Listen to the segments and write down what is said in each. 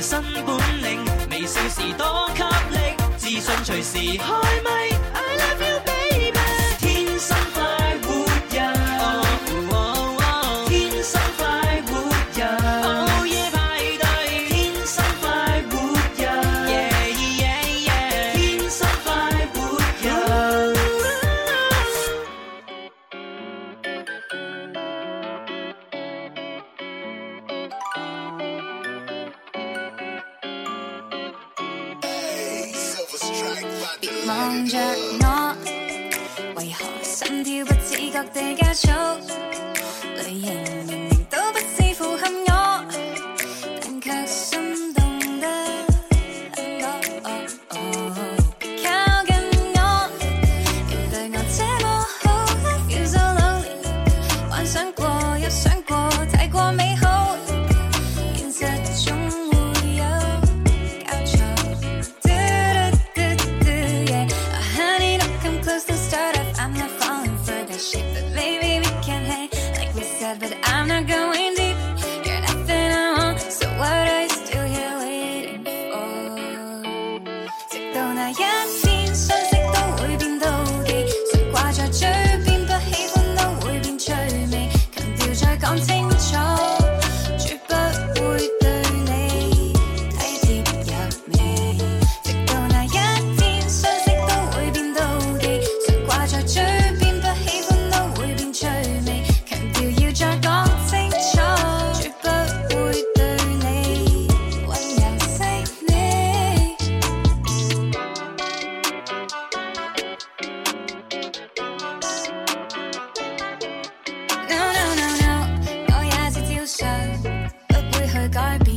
新本領，微笑時多給力，自信隨時開咪。I love you baby，天生快活人，哦哦天生快活人，Oh, 午夜派對，天生快活人，yeah yeah yeah，天生快活人。望着我，為何心跳不自覺地加速？類型明明都不是符合我，但卻心動得很多。靠近我，原對我這麼好，feel so lonely。幻想過，又想過，太過美好，現實總會有交錯。Do do do yeah. Oh, honey, don't come close, don't start up. I'm not falling for that shit, but maybe we can hang like we said. But I'm not going deep. You're nothing I want, so what are you still here waiting for? 直到那一天，相識都會變妒忌，誰掛在嘴邊，不喜歡都會變趣味。強調再講清楚，絕不會對你體貼入微。直到那一天，相識都會變妒忌，誰掛在嘴邊，不喜歡都會變趣味。強調要再講清楚，絕不會對你温柔細膩。No no no no，我也是照常，不會去改變。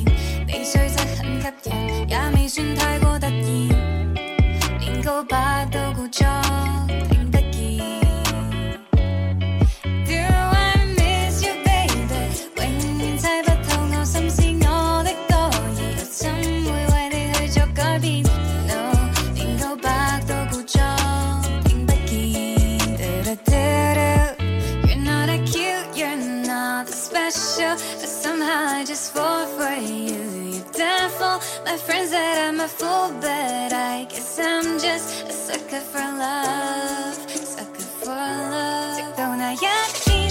你雖則很吸引，也未算太過突然，連告白都故作聽不見。Do I miss you baby？永遠猜不透我心思，我的多疑，個心會為你去作改變。No，連告白都故作聽不見。Do do do do。You're not that cute, you're not that special, but somehow I just fall for you. You devil, my friends said I'm a fool, but I guess I'm just a sucker for love, sucker for love. 直到那一天，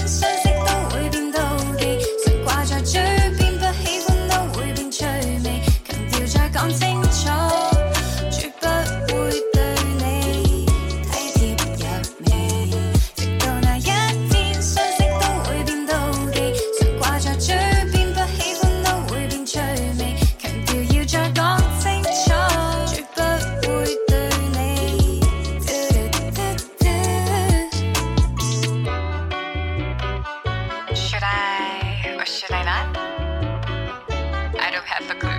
相識都會變妒忌，誰掛在嘴邊，不喜歡都會變趣味，強調再講清楚，絕不會對你體貼入微。直到那一天，相識都會變妒忌，誰掛在嘴邊，不喜歡都會變趣味。強調要再講清楚，絕不會對你。嘟嘟嘟嘟 Should I or should I not? I don't have a clue.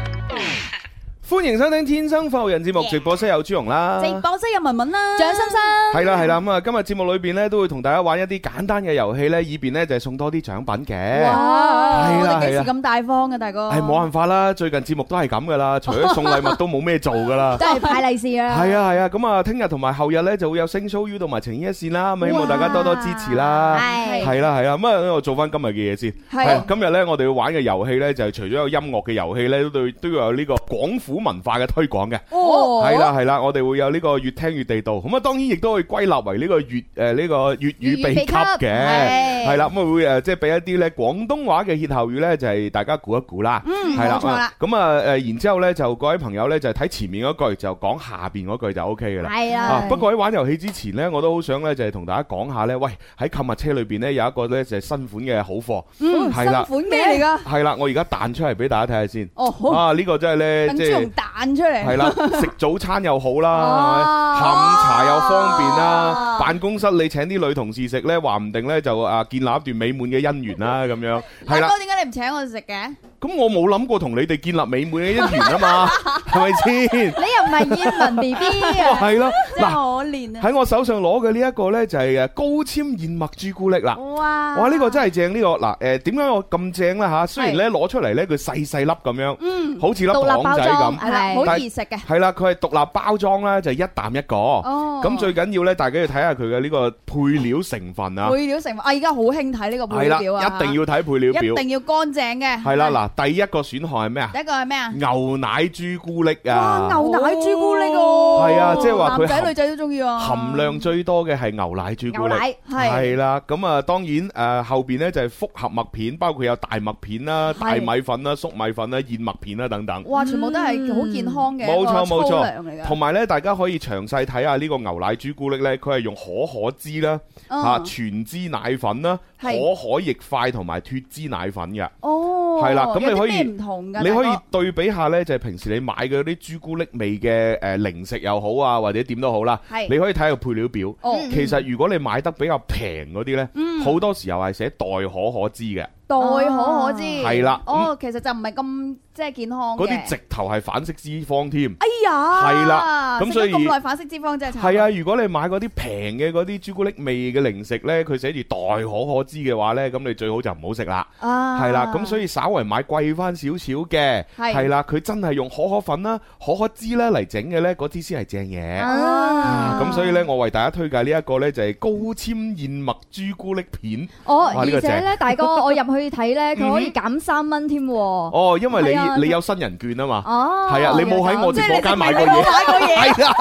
歡迎收聽《天生浮人》節目，直播室有朱容啦。直播室有文文啦，掌心心，系啦系啦，咁啊，今日節目裏邊咧都會同大家玩一啲簡單嘅遊戲咧，以便咧就係送多啲獎品嘅。哇！係啦我哋幾係啦時咁大方嘅大哥？係冇辦法啦，最近節目都係咁噶啦，除 咗送禮物都冇咩做噶啦。都係派利是啊！係啊係啊，咁啊，聽日同埋後日咧就會有星 show U 同埋情牽一線啦，咁啊希望哇大家多多支持啦。係係啦係啦，咁啊，我做翻今日嘅嘢先。係係今日咧，我哋要玩嘅遊戲咧，就係除咗有音樂嘅遊戲咧，都對都要有呢個廣府文化嘅推廣嘅。哦，係啦係啦，我哋會有呢個越聽越地道，咁啊當然亦都可以歸納為呢個粵誒呢個粵語秘笈粵語秘笈嘅，係係啦咁啊會誒即係俾一啲咧廣東話嘅歇後語咧，就係大家估一估啦，係冇錯啦，咁啊誒然之後咧就各位朋友咧就睇前面嗰句就講下邊嗰句就 O K 嘅啦。係啊啊！！不過喺玩遊戲之前呢，我都好想呢，就係同大家講下呢。喂喺購物車裏邊呢，有一個呢，就係新款嘅好貨，嗯，係啦新款咩嚟噶？係啦，我而家彈出嚟俾大家睇下先。哦，好，啊，呢個真係呢，等即朱係紅。彈出嚟，系啦，食早餐又好啦，哦係咪下午茶又方便啦，哦辦公室你請啲女同事食呢，話唔定呢就啊建立一段美滿嘅姻緣啦，咁樣係大啦。哥點解你唔請我哋食嘅？咁我冇諗過同你哋建立美滿嘅姻緣啊嘛，係咪先？哦你又唔係燕文 B à. B 啊？係啦，啊真係嗱可憐啊！喺我手上攞嘅呢一個呢，就係誒啊高纖燕麥朱古力哦啦。哇！哇！呢個真係正呢個嗱，誒點解我咁正呢？吓？雖然呢攞出嚟呢，佢細細粒咁樣，好似粒獨立糖包仔咁。裝係啦，好但易食嘅。係啦，佢係獨立包裝啦，就一啖一個。哦，咁最緊要咧，大家要睇下佢嘅呢個配料成分啊，配料成分啊，而家好興睇呢個配係啦，料表啊，一定要睇配料一表，定要乾淨嘅。係啦，嗱，嗱，第一個選項係咩啊？第一個係咩啊？牛奶朱古力哇！啊，牛奶朱古力哦喎，係啊即係話佢男仔含女仔都中意喎，含量最多嘅係牛奶朱古力。啊係係啦，咁啊，當然誒、呃、後邊咧就係複合麥片，包括有大麥片啦、大係米粉啦、粟米粉啦、燕麥片啦等等。哇！全部都係好健康嘅，嗯冇錯冇錯錯嚟㗎，同埋咧，大家可以詳細睇下呢個牛奶朱古力咧，佢係用可可脂啦、嗯啊全脂奶粉啦、可係可液塊同埋脱脂奶粉嘅。哦，係啦咁有啲你可以咩唔同㗎，你可以大哥對比下呢，就係平時你買嘅啲朱古力味嘅誒零食又好啊，或者點都好啦，係你可以睇下配料表。哦其實如果你買得比較平嗰啲呢，好多時候係寫代可可脂嘅，代可可脂係啦嗯哦，其實就唔係咁即係健康嘅嗰啲直頭係反式脂肪添。哎呀，係啦咁食咗所以咁耐反式脂肪真係慘係啊，如果你買嗰啲平嘅嗰啲朱古力味嘅零食呢，佢寫住代可可脂嘅話呢，咁你最好就唔好食啦。啊，係啦，咁所以稍為買貴翻少少嘅，係係啦，佢真係用可可粉啦、可可脂啦嚟整嘅呢，嗰啲先係正嘢。啊咁所以咧，我為大家推介呢一個咧就係高纖燕麥朱古力片。哦，哇，而呢個且正。嗯 咧，大哥，我入去睇咧，佢可以減三蚊添喎。哦，哦，因為係啊你你有新人券啊嘛。係係啊，你冇喺我直播間買過嘢。係啦，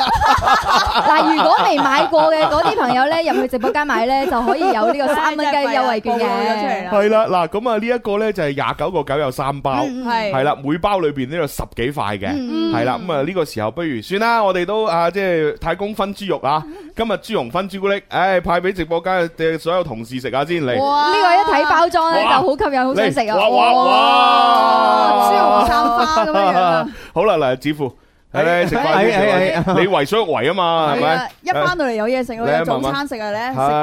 嗱，如果未買過嘅嗰啲朋友咧，入去直播間買咧，就可以有呢個三蚊雞優惠券真係弊啦暴露啊咗出嚟嘅啦。 係啦，嗱，咁啊呢一個咧就係廿九個九有三包，係係啦，每包裏邊都有十幾塊嘅。係啦，咁啊呢個時候不如算啦，我哋都啊即係太公分豬肉啊，今日豬紅分朱古力，唉派俾直播間嘅所有同事食下先嚟。哇呢個一睇包裝咧就哇好吸引，好想食啊！哇哇哇！豬紅三花咁樣樣啊！ 好啦，嗱，子富，哎誒食哎飯哎先哎食飯，你為所欲為啊嘛，係係咪啊？，一翻到嚟有嘢食，我你啊有早慢餐食啊！係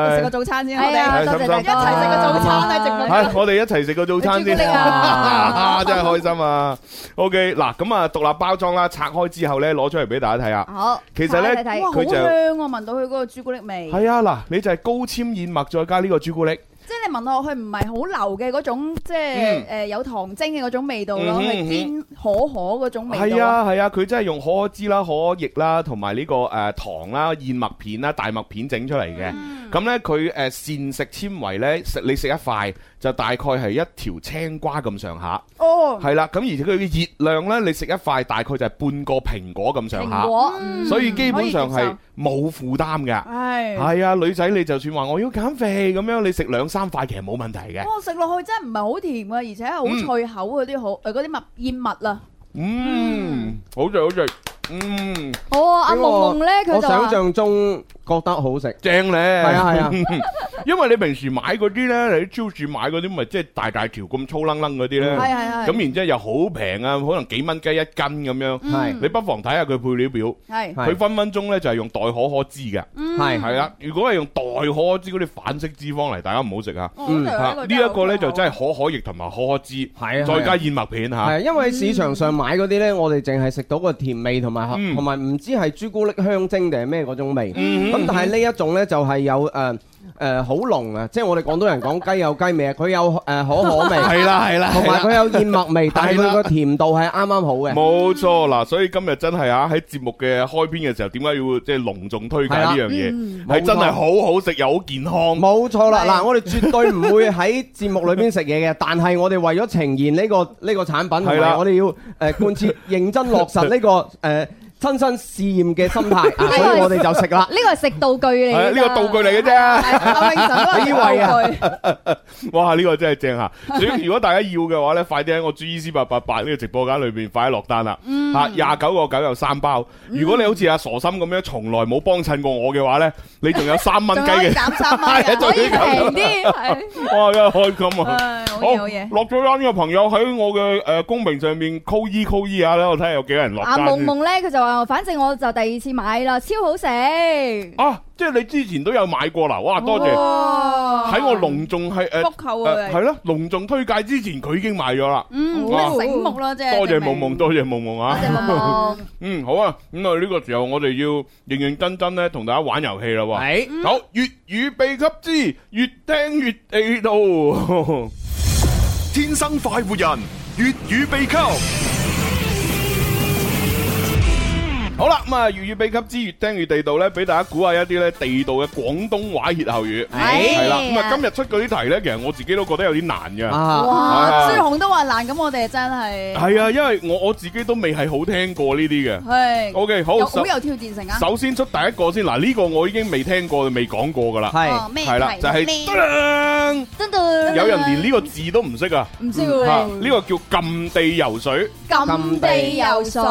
咧食食個早餐先，我哎哋呀，係多謝心心大一齊家食個早餐喺直播間 係，我哋一齊食個早餐先，朱古力啊 真係開心啊！OK，嗱，咁啊，獨立包裝啦，拆開之後咧，攞出嚟俾大家睇啊啊下。好，其實睇咧，睇哇，好佢就香啊！聞到佢嗰個朱古力味，係啊，嗱，你就係高纖燕麥再加呢個朱古力，即係你聞落去唔係好流嘅嗰種，即係誒有糖精嘅嗰種味道嗯咯，哼係堅可可嗰種味道係咯。啊係啊，佢真係用可可脂啦、可可液啦，同埋呢個誒糖啦、燕麥片啦、大麥片整出嚟嘅。嗯咁呢，佢誒膳食纖維呢，食你食一塊就大概係一條青瓜咁上下。哦，係啦，咁而且佢嘅熱量呢，你食一塊大概就係半個蘋果咁上蘋下，果。ừ. 所以基本上嗯可以接係冇負擔㗎。係。係啊，女仔你就算話我要減肥咁樣，你食兩三塊其實冇問題嘅。哇！食落去真係唔係好甜啊，而且係好脆口嗰啲好誒嗰啲麥燕麥啊，嗯，好食好食，嗯，哦，阿夢夢咧，佢我就話想象中覺得好食，正咧。係啊係啊，因為你平時買嗰啲呢，你喺超市買嗰啲咪即係大大條咁粗楞楞嗰啲嗯係呢。係係。咁然之後又好平啊，可能幾蚊雞一斤咁樣。係你不妨睇下佢配料表，係嗯係嗯佢分分鐘呢就係用代可可脂嘅。係係啦，如果係用代可脂嗰啲反式脂肪嚟，大家唔好食啊！我覺得嚇呢一個呢就真係係可可液同埋可可脂，係啊，再加燕麥片嚇。係，因為市場上買嗰啲咧，我哋淨係食到個甜味同埋嗯同埋唔知係朱古力香精定係咩嗰種味。嗯咁但係呢一種咧就係有誒誒好濃啊，即係我哋廣東人講雞有雞味啊，佢有誒可 可味，係啦係啦，同埋係啦佢有燕麥味，但係佢個甜度係啱啱好嘅。冇錯嗱，所以今日真係啊喺節目嘅開篇嘅時候，點解要即係隆重推介呢樣嘢？係真係好好食又好健康。冇錯啦，係嗱，我哋絕對唔會喺節目裏邊食嘢嘅，但係我哋為咗呈現呢個呢個產品，同係啦埋我哋要誒呃貫徹認真落實呢個誒親身試驗嘅心態，啊所以我哋就食啦。呢個係食道具嚟係啊嘅，呢個道具嚟嘅啫， 阿永神都係你以為啊道具哇！呢個真係正嚇。所以如果大家要嘅話呢，快啲喺我 G E C 八八八呢個直播間裏邊快啲落單啦。嗯嚇，廿九個九有三包。如果你好似阿傻心咁樣，從來冇幫襯過我嘅話呢，你仲有三蚊雞仲可以 嘅。減三蚊係啊嘅，仲可可以以平平 啲，係啊 哇！真係開心啊！唉好好嘢好嘢。落咗單嘅朋友喺我嘅誒公屏上面 call 一 call 一下咧，我睇下有幾多人落阿啊單夢先。夢咧，佢就話：反正我就第二次買啦，超好食。啊，即係你之前都有買過啦，哇！多謝哇喺我隆重係誒福扣誒啊！係啦，隆重推介之前佢已經買咗啦，嗯，哇咁咪醒目啦，即係多謝證夢明夢，多謝夢夢啊多！謝夢嗯，好啊，咁啊呢個時候我哋要認認真真咧同大家玩遊戲啦喎。係好，粵語秘笈之越聽越地道。天生快活人，粵語秘笈。好啦，咁啊，粵語秘笈之越聽越地道咧，俾大家估下一啲咧地道嘅廣東話歇後語。係係啦，咁啊，今日出嗰啲題咧，其實我自己都覺得有啲難嘅。啊，哇，係朱紅都話難，咁我哋真係係啊，因為我我自己都未係好聽過呢啲嘅。係 O K，好有，首好有挑戰性啊！首先出第一個先，嗱呢個我已經未聽過，未講過噶啦。係哦咩係啦，題就係咧噔真 Ừ. 到有人連呢個字都唔識啊！唔知嚇喎，呢個叫禁地游水，禁地游水，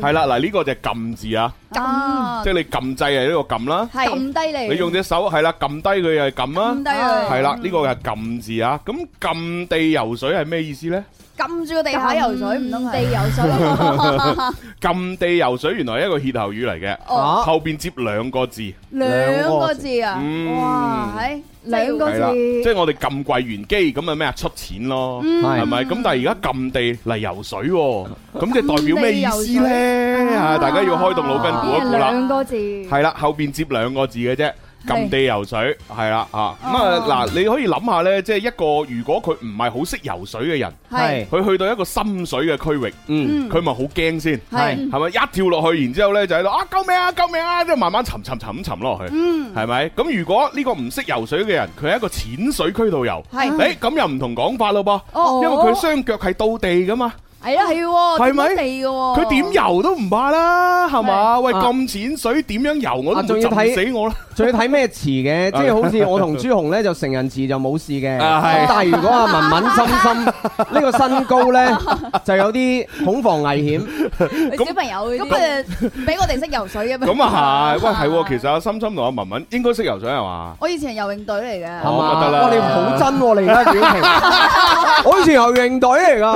係啦，嗱呢個就係禁字啊，啊 Ờ. 即係你撳掣係呢個撳啦，係撳低你，你用隻手係啦撳低佢又係撳啦咁。低啊，系啦，呢個係禁字啊。咁禁地游水係咩意思呢？撳住個地下游水唔通地係？游 水，禁地游水原來係一個歇後語嚟嘅，啊後邊接兩個字，兩 Ừ. 個字啊！嗯哇，係兩個係啦，即字，係我哋撳櫃員機咁啊咩啊出錢咯，係係咪？咁但係而家禁地嚟游水，喎，咁即係代表咩意思禁呢？啊，大家要開動 Ờ. 腦筋估一估啦。啊兩個字，係啦，後邊接兩個字嘅啫。禁地游水係啦啊，咁啊嗱，你可以諗下呢，即係一個如果佢唔係好識游水嘅人，係係佢去到一個深水嘅區域，嗯佢咪好驚先。係係咪一跳落去，然之後咧就喺度啊救命啊救命啊，即係慢慢沉沉沉咁沉落去，係咪？咁如果呢個唔識游水嘅人，佢喺一個淺水區度游，係誒咁又唔同講法咯噃，哦因為佢雙腳係到地噶嘛，係啦，係喎，係咪點地嘅喎？佢點游都唔怕啦，係嘛？喂啊咁淺水點樣游我啊都唔仲會要睇浸死我啦，仲要睇咩詞嘅，即係好似我同朱紅咧就成人詞就冇事嘅，啊係咁但係如果阿文文心心呢個身高咧就有啲恐防危險，咁小朋友咁誒，俾我哋識游水嘅咩？咁 啊係，喂係喎，其實阿心心同阿文文應該識游水係嘛？我以前係游泳隊 嚟嘅。係我嘛？覺得啦哇，你好真喎，你而家表情，我以前游泳隊嚟㗎，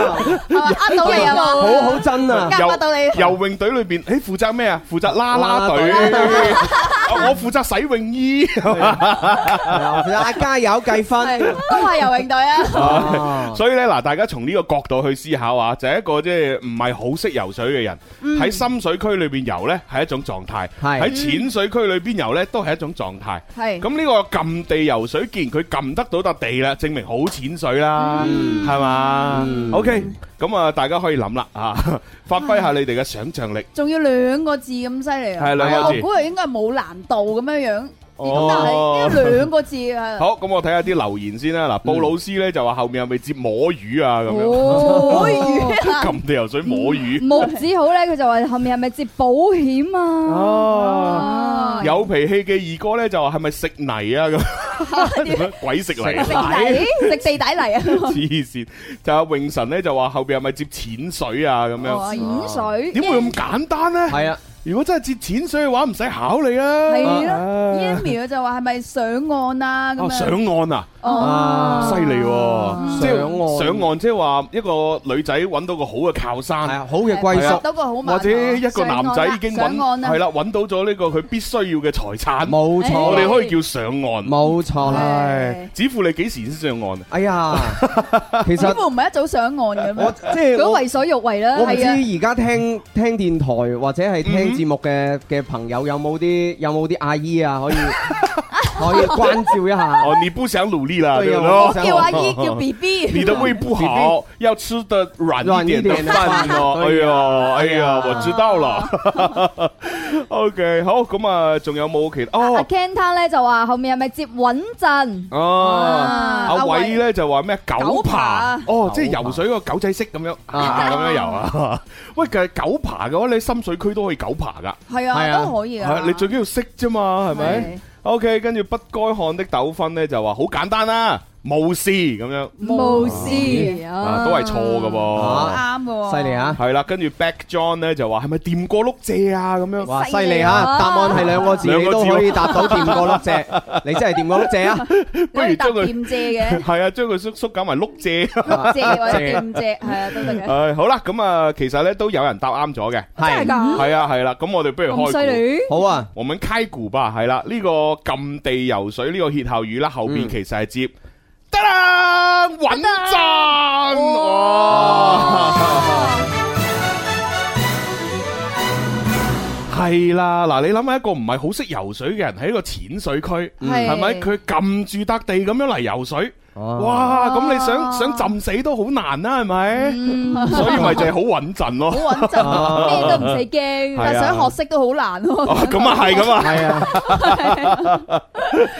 呃到你啊嘛，好好真啊！啱唔到你。游泳隊裏邊，誒負責咩啊？負責啦啦隊，啦啦隊啊 我負責洗泳衣。係啊加油計係分，都係游泳隊啊！啊所以咧嗱，大家從呢個角度去思考啊，就係一個即係唔係好識游水嘅人喺深水區裏邊游呢係一種狀態；係喺淺水區裏邊游呢都係一種狀態。係咁呢個撳地游水，既然佢撳得到笪地啦，證明好淺水啦，係嘛嗯？OK，咁啊，大家可以諗啦啊，發揮下你哋嘅想像力，仲要兩個字咁犀利啊！係兩個我字。估佢應該係冇難度咁樣樣，咁但係呢兩個字係。好，咁我睇下啲留言先啦。嗱，布老師呢就話後面係咪接摸魚啊？咁樣哦， 撳地游水摸魚。木字好咧，佢就話後面係咪接保險啊？哦，啊有脾氣嘅二哥咧就話係咪食泥 啊咁，鬼食泥，食底食地底嚟啊！黐線！就阿泳神咧就話後邊係咪接淺水啊咁樣，淺水點會咁簡單咧？係啊，如果真係接淺水嘅話，唔使考你啊！係啦啊，Yami 就話係咪上岸啊？咁哦，上樣哦岸啊，Ờ. 啊犀利喎！即係上岸上岸即係話一個女仔揾到個好嘅靠係山。啊，好嘅歸學宿，到個好慢或啊者一個男仔 à, 已經揾上岸啦係啦，揾到咗呢個佢必須要嘅財產，冇我錯哋啦，可以叫上岸。冇錯啦。係只乎你幾時先上岸啊？哎呀，其咁實會唔係一早上岸嘅我咩？即係如我果為所欲為啦，我唔知 ờ, 係啊，而家聽聽電台或者嗯係聽節目嘅嘅朋友有冇啲有冇啲阿姨啊，可以 可以關照一下。哦，你不想努力啦，對對啊不我不對？想叫阿姨叫 B B，你的胃不好，要吃的软一点的饭 哦。哎軟一呦，哎點的呀，哎呀我知道了。OK，好，咁啊，仲有冇其他？阿哦， Kenton 咧就話後面係咪接穩陣？哦，啊阿偉咧就話咩狗狗爬爬，哦，即係游水個狗仔式咁樣啊，咁 樣游啊。喂，其實狗爬嘅話，你深水區都可以狗爬噶，係係啊，啊都可以啊係。你最緊要識啫嘛，係咪係？OK，跟住不該看的糾紛咧就話好簡單啦，冇事咁樣。無視啊，都係錯嘅啊噃。啱嘅喎，犀利！啊！係啦，跟住 Back John 咧就話係咪掂過碌蔗啊咁樣？哇，犀犀利利啊啊！答案係兩個字，兩你個字都可以答到掂過 碌蔗，你真係掂過碌蔗啊！不如你搭將佢店借 嘅，係啊，將佢縮縮減為碌蔗。 碌借或者借店借，係啊都得嘅。唉，好啦，咁啊，其實咧都有人答啱咗嘅。係㗎，係啊，係啦，咁我哋不如咁犀開估。利，好啊，我們開估吧，係啦，呢個禁地游水呢個歇後語啦，後邊嗯其實係接得啦，穩陣 Ờ. 哇！係啦，嗱，你諗下一個唔係好識游水嘅人喺一個淺水區，係係咪？佢撳住笪地咁樣嚟游水，哦哇！咁你想啊想浸死都好難啦，係嗯咪？所以咪就係好穩陣咯好。穩陣，咩都唔使驚。但係啊想學識都好難哦咯，咁啊係，咁啊。係啊，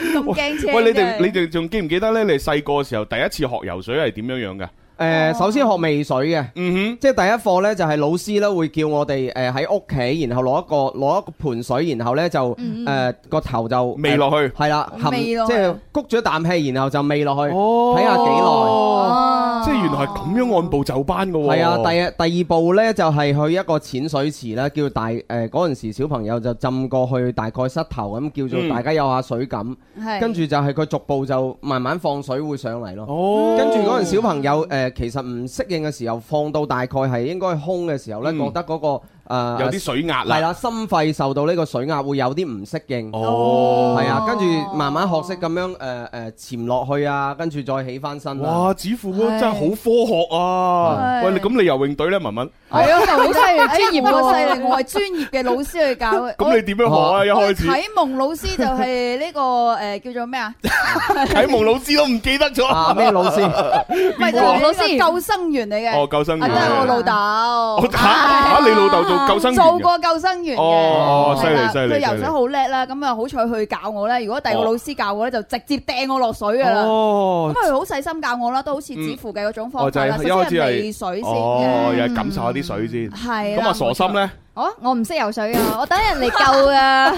咁驚車。喂，你哋你哋仲記唔記得咧？你細個嘅時候第一次學游水係點樣樣嘅？誒，首先學味水嘅。嗯即係第一課呢，就係老師咧會叫我哋誒喺屋企，然後攞一個攞一個盆水，然後呢就誒個頭就哼，未落去。係啦，含味即落係谷咗啖氣，然後就味落去，哦睇下幾 Ờ, 哦即係原來係咁樣按部就班嘅喎。啊耐。係啊，第第二步呢，就係去一個淺水池啦，叫大誒嗰陣時小朋友就浸過去大概膝頭咁，叫嗯做大家有下水感。係跟住就係佢逐步就慢慢放水會上嚟咯。哦，跟住嗰陣小朋友誒、呃其實唔適應嘅時候，放到大概係應該空嘅時候呢，嗯覺得嗰、個、呃、有啲水壓啦。係啦，心肺受到呢個水壓會有啲唔適應。哦，係啊，跟住慢慢學識咁樣誒誒潛落去啊，跟住再起翻身啊。哇！子富哥真係好科學啊！係喂，你咁你游泳隊咧，文文，係啊，好犀利，專業喎我犀利，我係專業嘅老師去教嘅。咁你點樣學啊？一我開始啟蒙老師就係呢個誒叫做咩啊？啟蒙老師都唔記得咗。啊咩老 師？唔係就係老師救生員嚟嘅。哦，救生啊，員。都哦啊係我老我豆。打打哦你老豆做救生員做嘅。過救生員嘅，哦哦係啦犀利犀利佢游水好叻啦，咁啊好彩佢教我咧。如果第二個哦老師教我咧，就直接掟我落水噶啦。咁哦，佢好細心教我啦，都好似指符嘅嗰種哦方就法係啦。一首開先始係係味水先哦，又嘅，嗯係感受下啲水先。係咁啦。啊，傻心咧，哦，我唔識游水啊，我等人嚟救啊。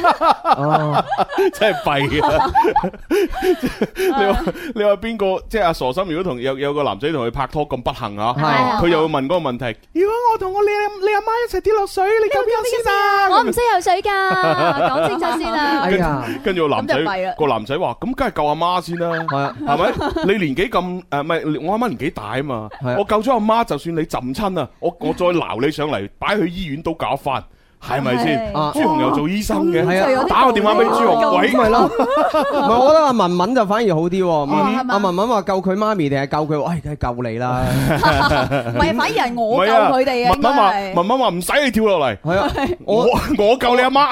哦， 真係弊 啊！你話你話邊個？即係阿傻心，如果同有有個男仔同佢拍拖咁不幸啊，係佢又會問嗰個問題：如果我同我你阿你阿媽一齊跌落水，你救邊個先啊？我唔識游水㗎，講清楚先啊哎。呀，跟住個男咁就弊啦仔個男仔話：咁梗係救阿媽先啦。係啊，係咪？你年紀咁呃誒，唔係我阿媽年紀大啊嘛。係啊我救咗阿媽，就算你浸親啊，我我再鬧你上嚟，擺去醫院都搞翻，係咪先？啊朱紅又做醫生嘅，係啊有啲打個電話俾朱道紅，理喂咁，咪咯。唔 係，我覺得阿文文就反而好啲係喎。嘛阿文文話救佢媽咪定係救佢？喂，梗係救你 啦。唔係，反而係唔我係救啊佢哋啊，文應該文話，係文文話唔使你跳落嚟。係啊，我我我救你阿媽，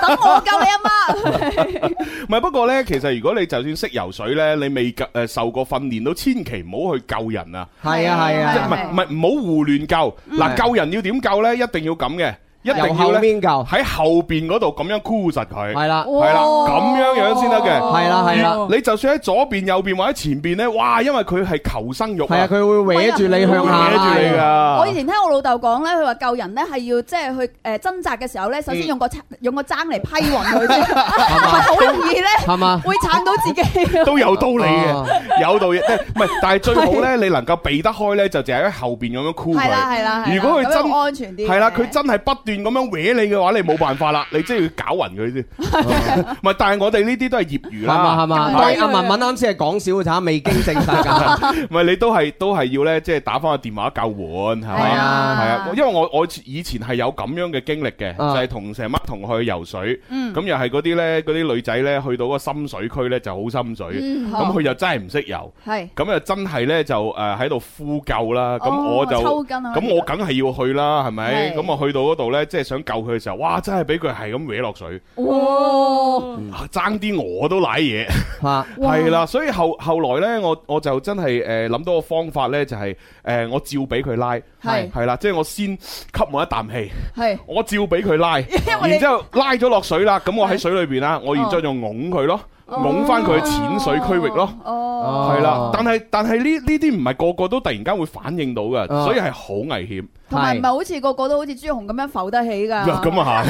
等我救你阿媽。唔係不過呢，其實如果你就算識游水呢，你未誒、呃受過訓練，都千祈唔好去救人啊！係啊係即係啊唔。係唔係唔好胡亂救。嗱，救人要點救呢？一定要咁嘅，一定由要後呢邊救，喺後邊嗰度咁樣箍實佢。係啦，係啦，咁樣樣先得嘅。係啦，係啦，你就算喺左邊、右邊或者前邊呢，哇！因為佢係求生欲，係啊，佢會搲住你向搲下，住你，噶。我以前聽我老豆講咧，佢話救人咧係要即係去誒 à, 掙扎嘅時候咧，首先用個撐用個踭嚟批暈佢先， 咪好容易咧係嘛？會撐到自己。都有道理啊嘅，有道理。即係唔係？但係最好呢，你能夠避得開呢，就淨係喺後邊咁樣箍佢。係啦係啦，係啦如果佢咁真樣安全啲嘅，係啦，佢真係不斷咁樣搲你嘅話，你冇辦法啦，你真係要搞暈佢先。唔係，但係我哋呢啲都係業餘係嘛係啦，嘛？但係阿文文啱先係講少咋，未經證 實㗎。唔係你都係都係要呢，即係打翻個電話救援，係係咪？啊係啊，因為我我以前係有咁樣嘅經歷嘅，就啊係同成班同學去游水，嗯咁又係嗰啲呢，嗰啲女仔呢，去到個深水區呢就好深水，嗯哦咁佢又真係唔識游，係咁又真係呢就誒喺度呼救啦，咁哦我就抽筋啊咁我梗係要去啦，係咪？係咁啊去到嗰度呢，即係想救佢嘅時候，哇！真係俾佢係咁搲落水，哦，啊爭啲我都舐嘢，嚇係啦，所以後後來呢，我我就真係誒諗到個方法呢，就係誒我照俾佢拉，係係啦，即係我先吸我一啖氣。係我照俾佢 拉，為你哦然之後拉咗落水啦，咁我喺水裏邊啦，我然之後就拱佢咯，拱翻佢去淺水區域咯。哦，哦係啦，但係但係呢呢啲唔係個個都突然間會反應到嘅，哦啊所以係好危險。同埋唔係係好似個個都好似朱紅咁樣浮得 起㗎。嗱咁 啊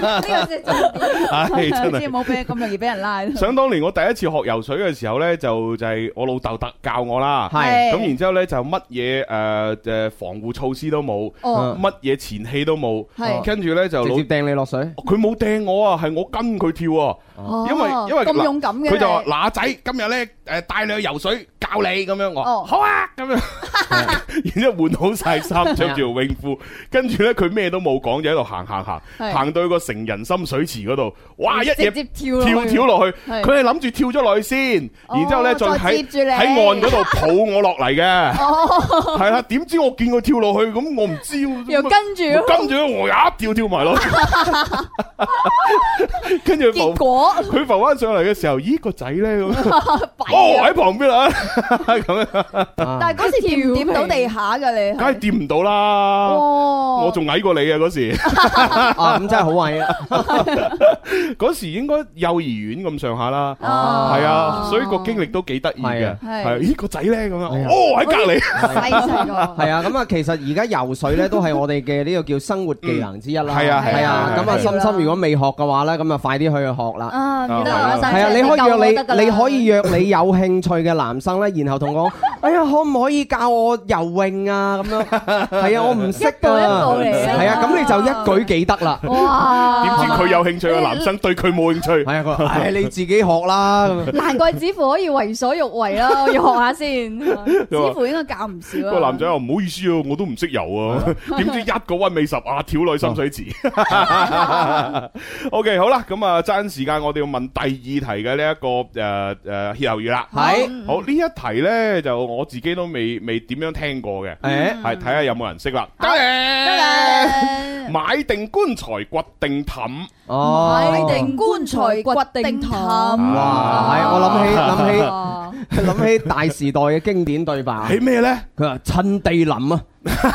呢 個即係重點嚇，唉 真即係係。冇俾咁容易俾人拉。想當年我第一次學游水嘅時候呢，就就係我老豆特教我啦。係咁然之後呢，就乜嘢誒誒防護措施都冇，哦，乜嘢前戲都冇係，跟住呢，就直老接掟你落 水。佢冇掟我啊，係我跟佢跳啊。因為因為咁勇敢嘅佢就話你嗱仔，今日咧誒帶你去游水，教你咁樣我哦話好啊咁 樣，然之後換好晒衫，着條泳褲，跟住咧佢咩都冇講，就喺度行行行，係行到去個成人深水池嗰度，哇一直嘢接跳落去跳跳落去，係佢係諗住跳咗落去先，然之後咧哦再再接喺住你喺岸嗰度抱我落嚟嘅，係啦，點知我見佢跳落去，咁我唔知啊又跟住我跟住我一跳跳埋落去，跟住結浮果佢浮翻上嚟嘅時候，咦個仔咧咁。弊哦喺旁邊啊，咁樣但係嗰時掂唔掂到地下㗎你梗係係？掂唔到啦。哦，我仲矮過你啊！嗰時，啊，咁真係好矮啊！嗰時應該幼兒園咁上下啦，哦啊係啊，所以個經歷都幾得意係嘅啊。係係咦個仔咧咁樣，係啊哦喺隔離。細 細個，係啊，咁啊，其實而家游水咧都係我哋嘅呢個叫生活技能之一啦。嗯係啊係係啊啊，咁啊，係啊心心如果未學嘅話咧，咁啊，快啲去學啦。啊，唔得啊啊，係啊，你可以約你，你可以約你有興趣嘅男生咧，然後同我講，哎呀，可唔可以教我游泳啊？咁樣係啊，我唔識一步一啊。步嚟啊係啊，咁你就一舉幾得啦。 哇，點知佢有興趣嘅男生對佢冇興趣，啊係啊，佢話唉，你自己學啦。咁樣難怪子乎可以為所欲為啦，我要 學下先。似乎應該教唔少啊。個男仔話唔好意思啊，我都唔識游啊， 點知一個屈尾十啊跳落去深水池。OK，好啦，咁啊爭時間，我哋要問第二題嘅呢一個誒誒歇後語啦。係好呢一題呢，就我自己都未未點樣聽過嘅，誒係睇下有冇人識啦。得誒買定棺材，掘定氹，買哦。定棺材掘定氹，哇！係我諗起諗哦起諗起大時代嘅經典對白，係咩 呢？ 佢話趁地淋啊！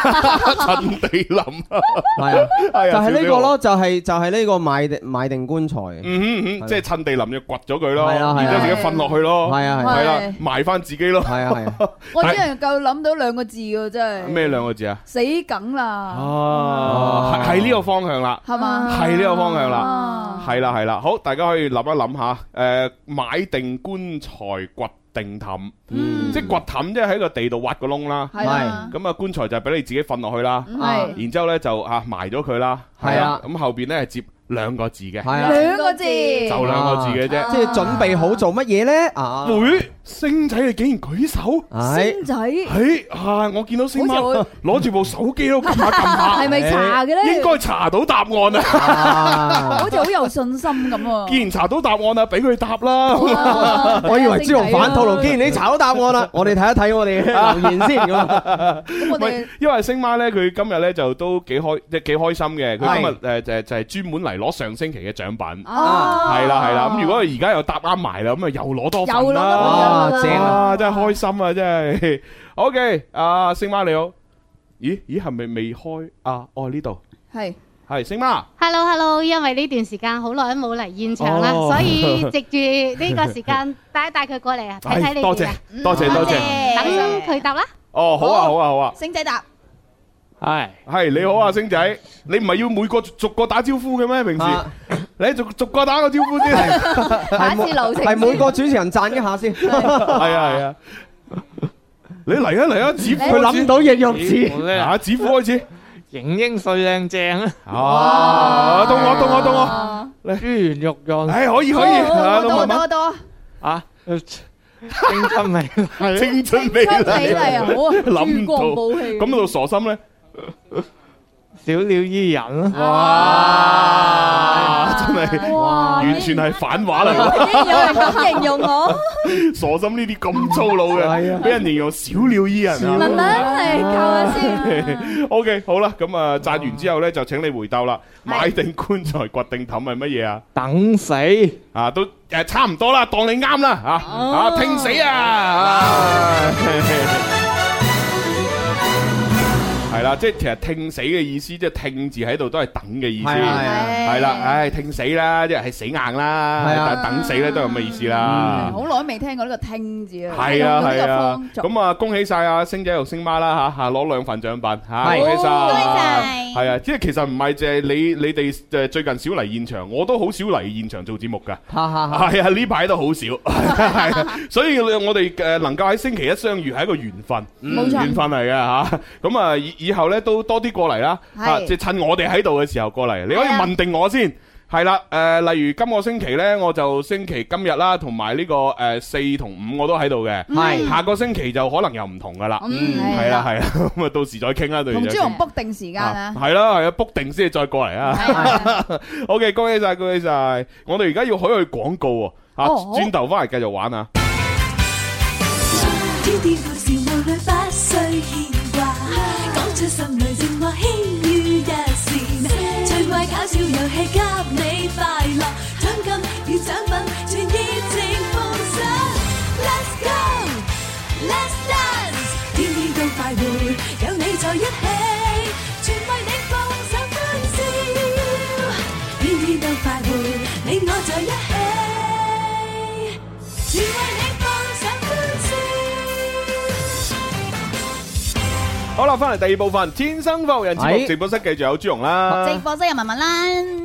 趁地冧啊！係啊，係啊就係呢個咯，就係就係呢個買定買定棺材，係啊嗯哼嗯哼，即係趁地冧就掘咗佢咯，係啊係啊然之後自己瞓落去咯，啊係啊係啦係，埋翻自己咯。係啊係啊，我只能夠諗到兩個字嘅真係。 咩兩個字啊？死梗啊啦，哦，係係呢個方向啦，係啊嘛？係呢個方向啦，啊，係啦係啦。好，大家可以諗一諗下，誒，買定棺材掘定氹，嗯即係掘氹，即係喺個地度挖個窿啦。係啊，咁啊，棺材就係俾你自己瞓落去啦，嗯係然之後咧就啊埋咗佢啦，係啊咁後邊咧係接兩個字嘅，係啊，兩個字，就兩個字嘅啫。即係準備好做乜嘢咧？啊，妹，星仔你竟然舉手？係星仔，嘿啊！我見到星媽好似攞住部手機喺度撳下係撳哎咪查嘅咧？下，應該查到答案 啊！啊好似好有信心咁哦哦啊！既然查到答案啊，俾佢答啦。哇我以為朱啊紅反套路，既然你查到答 案啦，我哋睇一睇我哋嘅留言先咁啊。咁我哋因為星媽咧，佢今日咧就都幾開，即係幾開心嘅。佢今日誒就就係專門嚟攞上星期嘅獎品，哦啊係啦係啦。咁如果佢而家又答啱埋啦，咁啊又攞多又份攞哦多啦份。哇，正啊！啊，真係開心啊，真係。OK，啊，星媽你好。咦咦，係咪未開啊？哦呢度係係星媽。 Hello Hello，因為呢段時間好耐都冇嚟現場啦，哦所以 藉住呢個時間帶一帶佢過嚟啊，睇睇你多哋謝啊，嗯多謝多謝。等佢答啦。哦，好啊好啊好啊。星仔答，系你好啊，星仔，你唔系要每个逐逐个打招呼嘅咩？平时啊你逐逐个打个招呼先，系打字流程係每個主持人讚 一下先，佢 啊系啊，你嚟啊嚟啊，子虎諗唔到形容詞。啊，子虎开始，型英帥靚正啊，啊，到我到我到我，啊珠圓玉潤唉，可以可以，哦啊，到多多慢慢多多，啊，呃青春美麗青春美真美麗麗，啊，好啊， 諗唔珠到光寶氣，咁到傻心咧，小鳥依人啦，哇， 真系哇，完全系反話嚟，已經有人咁形 容我，傻心呢啲咁粗魯 係嘅，啊俾人形容小鳥依人啊。文文嚟教下先。 O K，好啦，咁啊讚完之後呢，就請你回答啦。買定棺材，掘定氹係乜嘢啊？等死啊，都诶差唔多啦，當你啱啦吓，啊聽死啊 啊！係啦，即係其實聽死嘅意思，即係聽字喺度都係等嘅意思。係啊係啊係啦，唉，聽死啦，即係死硬啦，係啊但係等死咧都係咁嘅意思啦。好耐都未聽過呢個聽字啊，係啊用係啊到呢，個方咁啊恭喜晒啊星仔同星媽啦吓吓，攞兩份獎品吓，係恭喜晒，恭喜晒係啊，即係其實唔係淨係你你哋誒最近少嚟現場，我都好少嚟現場做節目㗎。哈哈哈！係啊，呢排都好 少，係啊，所以我哋誒能夠喺星期一相遇係一個緣分，嗯冇錯緣分嚟嘅嚇。咁啊，以以後咧都多啲過嚟啦，係啊即係趁我哋喺度嘅時候過嚟。你可以係啊問定我先。係啦，誒，例如今個星期呢，我就星期今日啦，同埋呢個誒四同五我都喺度嘅。係下個星期就可能又唔同噶啦。嗯係啦，係啦，咁啊，到時再傾啦，到時同再朱傾紅 book 定時間啊啊，係啦，係啊，book 定先至再過嚟啊。係啊 OK，恭喜晒，恭喜晒！我哋而家要開去廣告喎，啊哦好，轉頭翻嚟繼續玩啊！天天故事無慮不需牽掛，講出心裏情話輕於一線。趣怪搞笑遊戲給你快樂，獎金與獎品全熱情奉上。Let's go！好啦，翻嚟第二部分《天生浮人》哎節目係直播室，繼續有朱容啦。直播室有文文啦，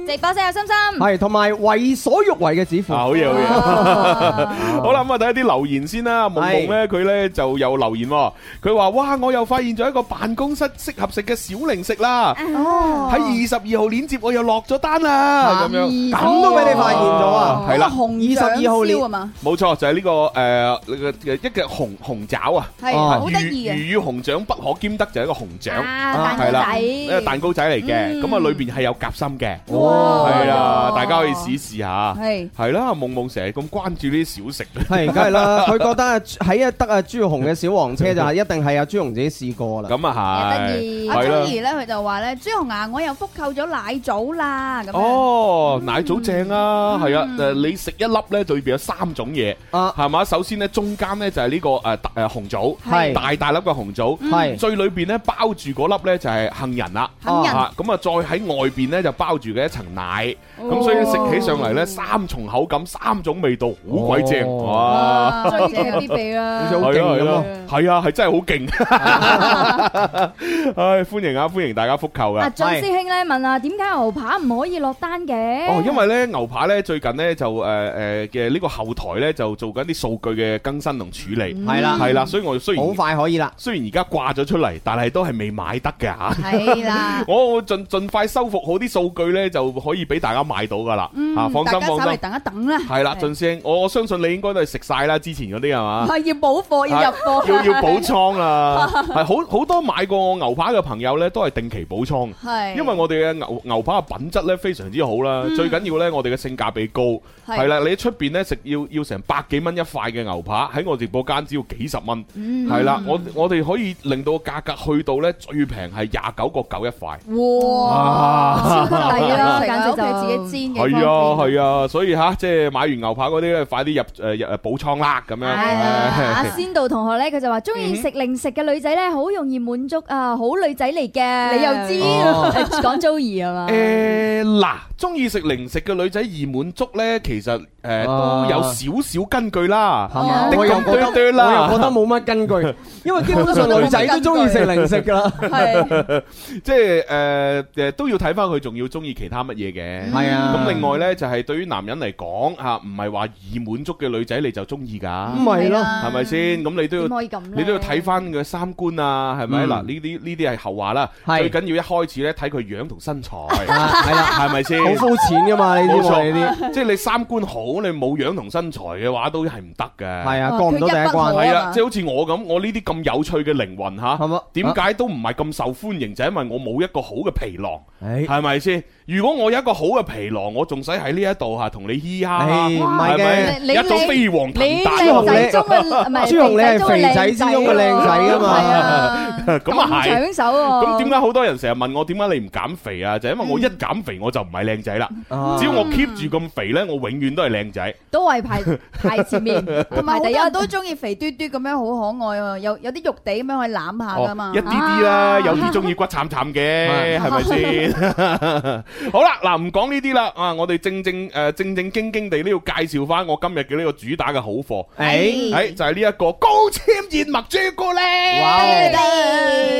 直播室有心心，系同埋為所欲為嘅指父。啊好嘢好哦嘢， 好啦咁啊，睇一啲留言先啦。夢夢咧，佢咧就有留言喎，佢話：哇，我又發現咗一個辦公室適合食嘅小零食啦！哦喺 Ờ. 二十二號鏈接我又落咗單啦，咁樣咁都俾你發現咗啊！係啦，紅 二十二號燒啊年嘛，冇錯就係呢個誒呢個一嘅紅紅爪啊，係啊好得意啊魚魚與熊掌不可兼得就係一個熊掌，À, 啊係啦蛋糕仔一個蛋糕仔嚟嘅，嗯咁啊裏邊係有夾心嘅，哇係啦，大家可以試試下， 係係啦，夢夢成日咁關注呢啲小食，係梗 係啦，佢覺得啊喺啊得啊朱紅嘅小黃車就係一定係阿朱紅自己試過啦。咁啊係，阿係啦中怡咧，佢就話咧，朱紅牙我又復購咗奶棗啦，咁樣哦，奶棗正啊，係啊，誒你食一粒咧，就裏邊有三種嘢，啊係嘛？首先咧，中間咧就係呢個誒大誒紅棗，係大大粒嘅紅棗，係最裏邊咧包住嗰粒咧就係杏仁啦，杏仁啊咁啊再喺外邊咧就包住嘅一層奶，哦咁所以食起上嚟咧三重口感，三種味道，好鬼正哦哇！Ờ, 追嘅必備啦。好似好勁咁咯。係啊，係真係好勁！ 唉，歡迎啊，歡迎大家復購噶啊，。俊師兄咧問啊，點解牛扒唔可以落單嘅？哦，因為咧牛扒咧最近咧就誒誒嘅呢個後台咧就做緊啲數據嘅更新同處理，係啦係啦，所以我雖然好快可以啦。雖然而家掛咗出嚟，但係都係未買得嘅 嚇。，係啦我我盡盡快修復好啲數據咧，就可以俾大家買到噶啦。嗯嚇，放大心家稍放微心，等一等啦。係啦，俊師兄，我我相信你應該都係食晒啦，之前嗰啲係嘛？ 係要補貨，要入貨，要要補倉啦，係好好多買過我牛扒嘅朋友咧，都係定期補倉。係因為我哋嘅牛牛扒嘅品質咧非常之好啦，最緊要咧我哋嘅性價比高，係啦，你喺出邊咧食要要成百幾蚊一塊嘅牛扒，喺我直播間只要幾十蚊，係啦，我我哋可以令到個價格去到咧最平係廿九個九一塊，哇，超抵啦簡直就屋企自己煎嘅，係啊係啊，所以吓即係買完牛扒嗰啲咧，快啲入誒入誒補倉啦咁係啦，阿樣。仙道同學咧，佢就話中意食零食嘅女仔咧，好容易滿足啊，好女仔嚟嘅。你又知哦講 Joey 啊嘛？ 誒嗱，中意食零食嘅女仔易滿足呢，其實誒、呃啊都有少少根據啦。係嘛？的我又確覺得對對啦我又覺得冇乜根據，因為基本上女仔都中意食零食㗎 啦。係即係誒誒都要睇翻佢，仲要中意其他乜嘢嘅。係啊咁另外呢，就係、對於男人嚟講嚇，唔係話易滿足嘅女仔你就中意㗎，咁咪咯，係咪先？咁你都要點可以咁呢你都要睇翻佢三觀啊，係咪？嗱、嗯呢啲呢啲係後話啦，係啊最緊要一開始呢，睇佢樣同 身材，係啦，係咪先？好膚淺㗎嘛，你知冇我錯哋啲即係你三觀好，你冇樣同身材嘅話都係唔得嘅。係啊，哦過唔到第一佢一筆關，好係啊嘛啊，即係好似我咁，我呢啲咁有趣嘅靈魂係吓嘛，點解都唔係咁受歡迎？就係因為我冇一個好嘅皮囊，誒係咪先？如果我有一個好嘅皮囊，我仲使喺呢一度吓同你嘻哈啊，誒唔係嘅咪一早飛黃騰達靚仔 中嘅唔係朱紅你係肥仔中嘅肥仔之中嘅靚仔㗎嘛係啊，咁啊係。搶手喎。咁點解好多人成日問我點解你唔減肥啊？就係因為我一減肥我就唔係靚仔啦。啊只要我 keep 住咁肥呢，我永遠都係靚仔。都係排排 前面，同同埋埋好多第一 人都中意肥嘟嘟咁樣，好可愛啊！有有啲肉地咁樣可以攬下噶嘛哦一。啲啲啦，有啲中意骨慘慘嘅，係咪先？ 好啦，嗱，唔講呢啲啦，啊，我哋正正誒正正經經地都要介紹翻我今日嘅呢個主打嘅好貨，誒，誒哎就係呢一個高纖燕麥朱古力。哇哦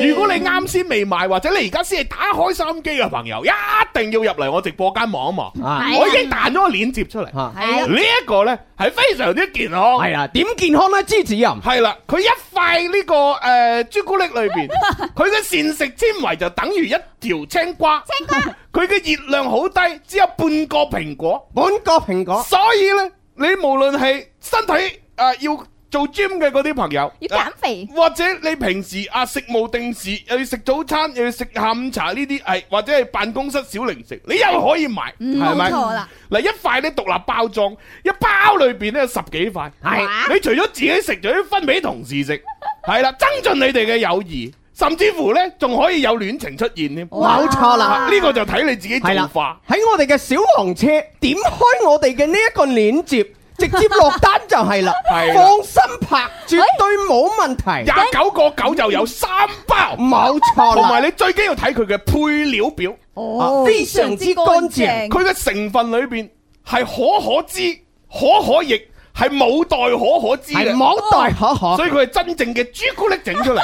如果你啱先未買，或者你而家先係打開收音機嘅朋友，一定要入嚟我直播間望一望，啊我已經彈咗個鏈接出嚟。嚇係啊，呢一個呢係非常之健康，係啊，點健康咧？芝士任係啦，佢一塊呢、個誒、呃朱古力裏邊，佢嘅膳食纖維就等於一條青瓜，青瓜，佢嘅熱量好低，只有半個蘋果，本國蘋果所以呢，你無論係身體誒、呃要做 gym 嘅嗰啲朋友，要減肥啊或者你平時啊食無定時又要食早餐又要食下午茶呢啲，係或者係辦公室小零食，你又可以買，係咪？冇錯啦嗱，一塊咧獨立包裝，一包裏邊咧有十幾塊，係你除咗自己食，仲要分俾同事食，係啦，增進你哋嘅友誼，甚至乎咧仲可以有戀情出現添。啊冇錯啦。呢個就睇你自己係做啦法。，喺我哋嘅小黃車點開我哋嘅呢一個鏈接，直接落單就係啦，係啦放心拍，絕對冇問題廿，九個九就有三包，冇錯同埋啦，你最緊要睇佢嘅配料表，哦啊非常之乾淨非常之乾淨佢嘅成分裏邊係可可脂、可可液、係冇代可可脂嘅，係冇代可可哦所以佢係真正嘅朱古力整出 嚟，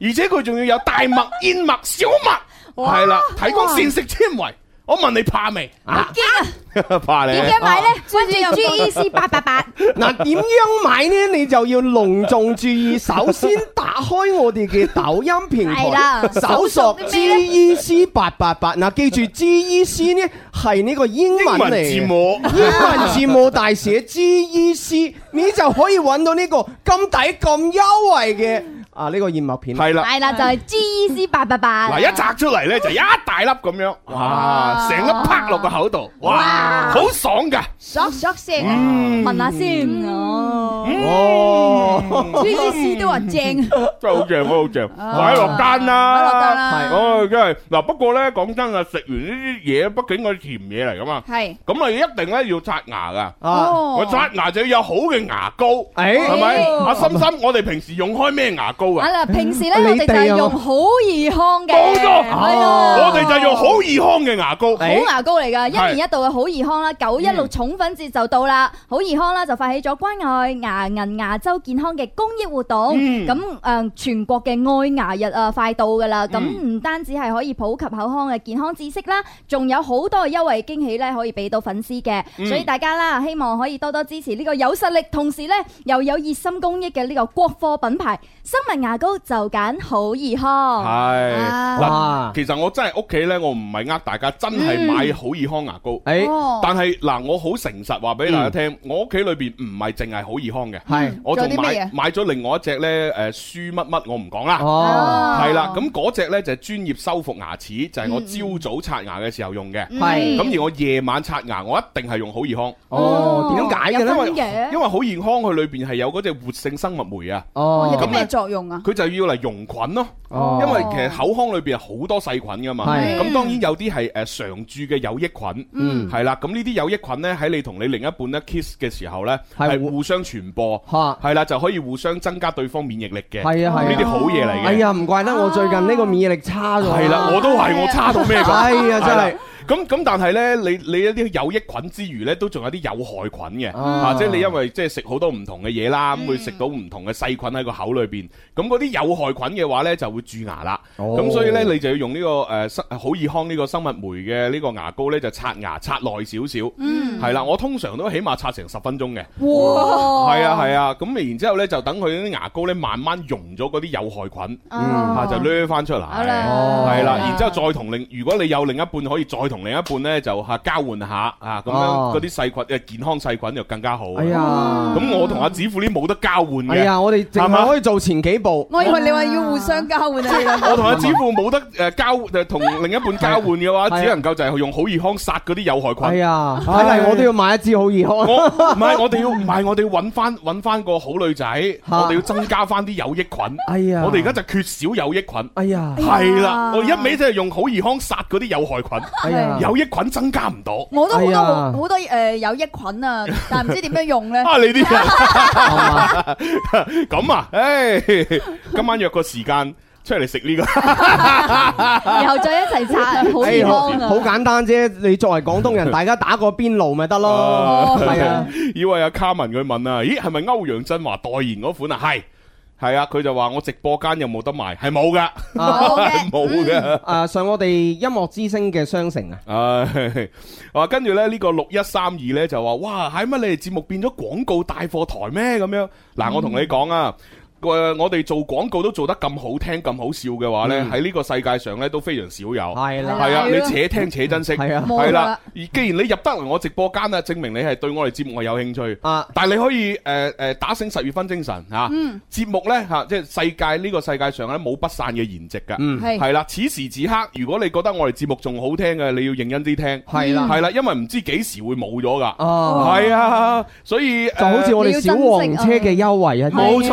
而且佢仲要有大麥、燕麥、小麥，哇係啦，提供膳食纖維。我問你怕未？啊，怕你？點樣買咧？關 注又 G E C 八八八。嗱，點樣買呢？你就要隆重注意，首先打開我哋嘅抖音平係啦台，搜索搜索啲咩 G 呢 E C 八八八。嗱，記住 G E C 呢係呢個英文嚟嘅，英文字母英文字母大寫 G E C，你就可以揾到呢個咁抵咁優惠嘅啊呢個燕麥片。係啦 係啦，就係 G E C 八八八。嗱，一摘出嚟咧就一大粒咁樣，哇！成粒啪落個口度，哇！好爽噶，嗦嗦聲啊，嗯聞下先哦。哦，E 朱醫師都話正，真係好正，好正，啊買落單買落啦，單啦係，哦，真係嗱。不過咧，講真啊，食完呢啲嘢，畢竟我係甜嘢嚟噶嘛，係咁啊一定咧要刷牙噶。啊，哎哦 我刷牙就要有好嘅牙膏，誒係咪？哦阿心心，我哋平時用開咩牙膏啊啊？嗱，平時咧你我哋就哋啊係用好怡康嘅，冇錯係啊，我哋就用好易康嘅牙膏。好牙膏嚟噶，一係年一度嘅好怡康啦，九一六寵粉節就到啦，好怡康啦就發起咗關愛牙齦牙周健康嘅公益活動，嗯咁誒全國嘅愛牙日啊快到噶啦，咁嗯唔單止係可以普及口腔嘅健康知識啦，仲有好多嘅優惠驚喜咧可以俾到粉絲嘅，嗯所以大家啦希望可以多多支持呢個有實力，同時咧又有熱心公益嘅呢個國貨品牌生物牙膏就揀好怡康。係 À. 嗱啊，其實我真係屋企咧，我唔係呃大家，真係買好易康牙膏。誒，Ờ. 哦但係嗱，我好誠實話俾大家聽，我屋企裏邊唔係淨係好易康嘅，係，我仲仲有啲乜買嘢買咗另外一隻咧，誒舒乜乜，我唔講啦。哦，係啦，咁嗰隻呢就係專業修復牙齒，就嗯係我朝早刷牙嘅時候用嘅。係咁而我夜晚刷牙，我一定係用好易康，哦，點解嘅有咧？分嘅因為好易康佢裏邊係有嗰隻活性生物酶啊，有哦，啲咩作用啊？佢就要嚟溶菌咯。哦因為其實口腔裏邊好多細菌噶嘛，係咁當然有啲係誒常駐嘅有益菌，嗯係啦，咁呢啲有益菌呢，喺你同你另一半咧 kiss 嘅時候呢，係係互相傳播，嚇。係啦就可以互相增加對方免疫力嘅，係啊咁係呢啲啊，好嘢嚟哎嘅，呀唔怪得我最近呢個免疫力差咗，係啦，我都係我差到咩咁。哎呀真係 係啦。咁咁，但係呢，你你一啲有益菌之餘呢，都仲有啲有害菌嘅，啊啊，即係你因為即係食好多唔同嘅嘢啦，咁會食到唔同嘅細菌喺個口裏邊，咁嗰啲有害菌嘅話呢，就會蛀牙啦。哦咁、所以呢，你就要用呢、個誒生、好易康呢個生物酶嘅呢個牙膏呢，就刷牙刷耐少少，嗯，係啦、我通常都起碼刷成十分鐘嘅，哇係啊係啊，咁然之後呢，就等佢啲牙膏呢慢慢溶咗嗰啲有害菌，哦啊就掠翻出嚟，好啦哦係啦，好啦然之後再同另，如果你有另一半，可以再同另一半呢，就嚇交換下啊，咁樣哦嗰啲細菌誒健康細菌就更加好。哎呀，咁我同阿子富呢冇得交換哎嘅。呀，我哋淨係嘛係可以做前幾步，我以為你話要互相交換啊你兩個我同阿子富冇得誒交，誒同另一半交換嘅係話，啊只能夠就係用好易康殺嗰啲有害哎菌。呀，睇嚟我都要買一支好易康，我唔係，我哋要唔係，我哋要揾翻揾翻個好女仔，我哋要增加翻啲有益菌。哎呀，我哋而家就缺少有益菌。哎呀，係啦，我一味就係用好易康殺嗰啲有害菌，哎呀，有益菌增加唔到。我都好多哎呀好多誒有益 菌啊，但係唔知點樣用咧。啊！你啲人。係嘛咁啊，唉，今晚約個時間出嚟食呢個， 然後再一齊擦好哎健呀好康啊好！簡單啫，你作為廣東人，大家打個邊爐咪 得咯，係啊，以為阿卡文佢問啊，咦，係咪歐陽振華代言嗰款啊？係。係啊，佢就話我直播間有冇得賣，係冇噶，哦好嘅， 係冇嘅。啊上我哋音樂之星嘅商城啊，唉， 啊，跟住咧呢個六一三二咧就話，哇，係乜你哋節目變咗廣告大貨台咩？咁樣嗯嗱，我同你講啊。誒，我哋做廣告都做得咁好聽、咁好笑嘅話呢，嗯喺呢個世界上呢都非常少有。係啦，係啊，係你咯且聽且珍惜。係啊，冇係啦啦，而既然你入得嚟我直播間啊，證明你係對我哋節目係有興趣。啊嗯但係你可以誒誒、呃呃打醒十二分精神嚇，節目呢，嚇、即係世界呢、個世界上咧冇不散嘅筵席㗎。嗯係係啦，此時此刻，如果你覺得我哋節目仲好聽嘅，你要認真啲聽。係啦係啦，因為唔知幾時會冇咗㗎。哦。係啊，所以就好似我哋小黃車嘅優惠啊，冇錯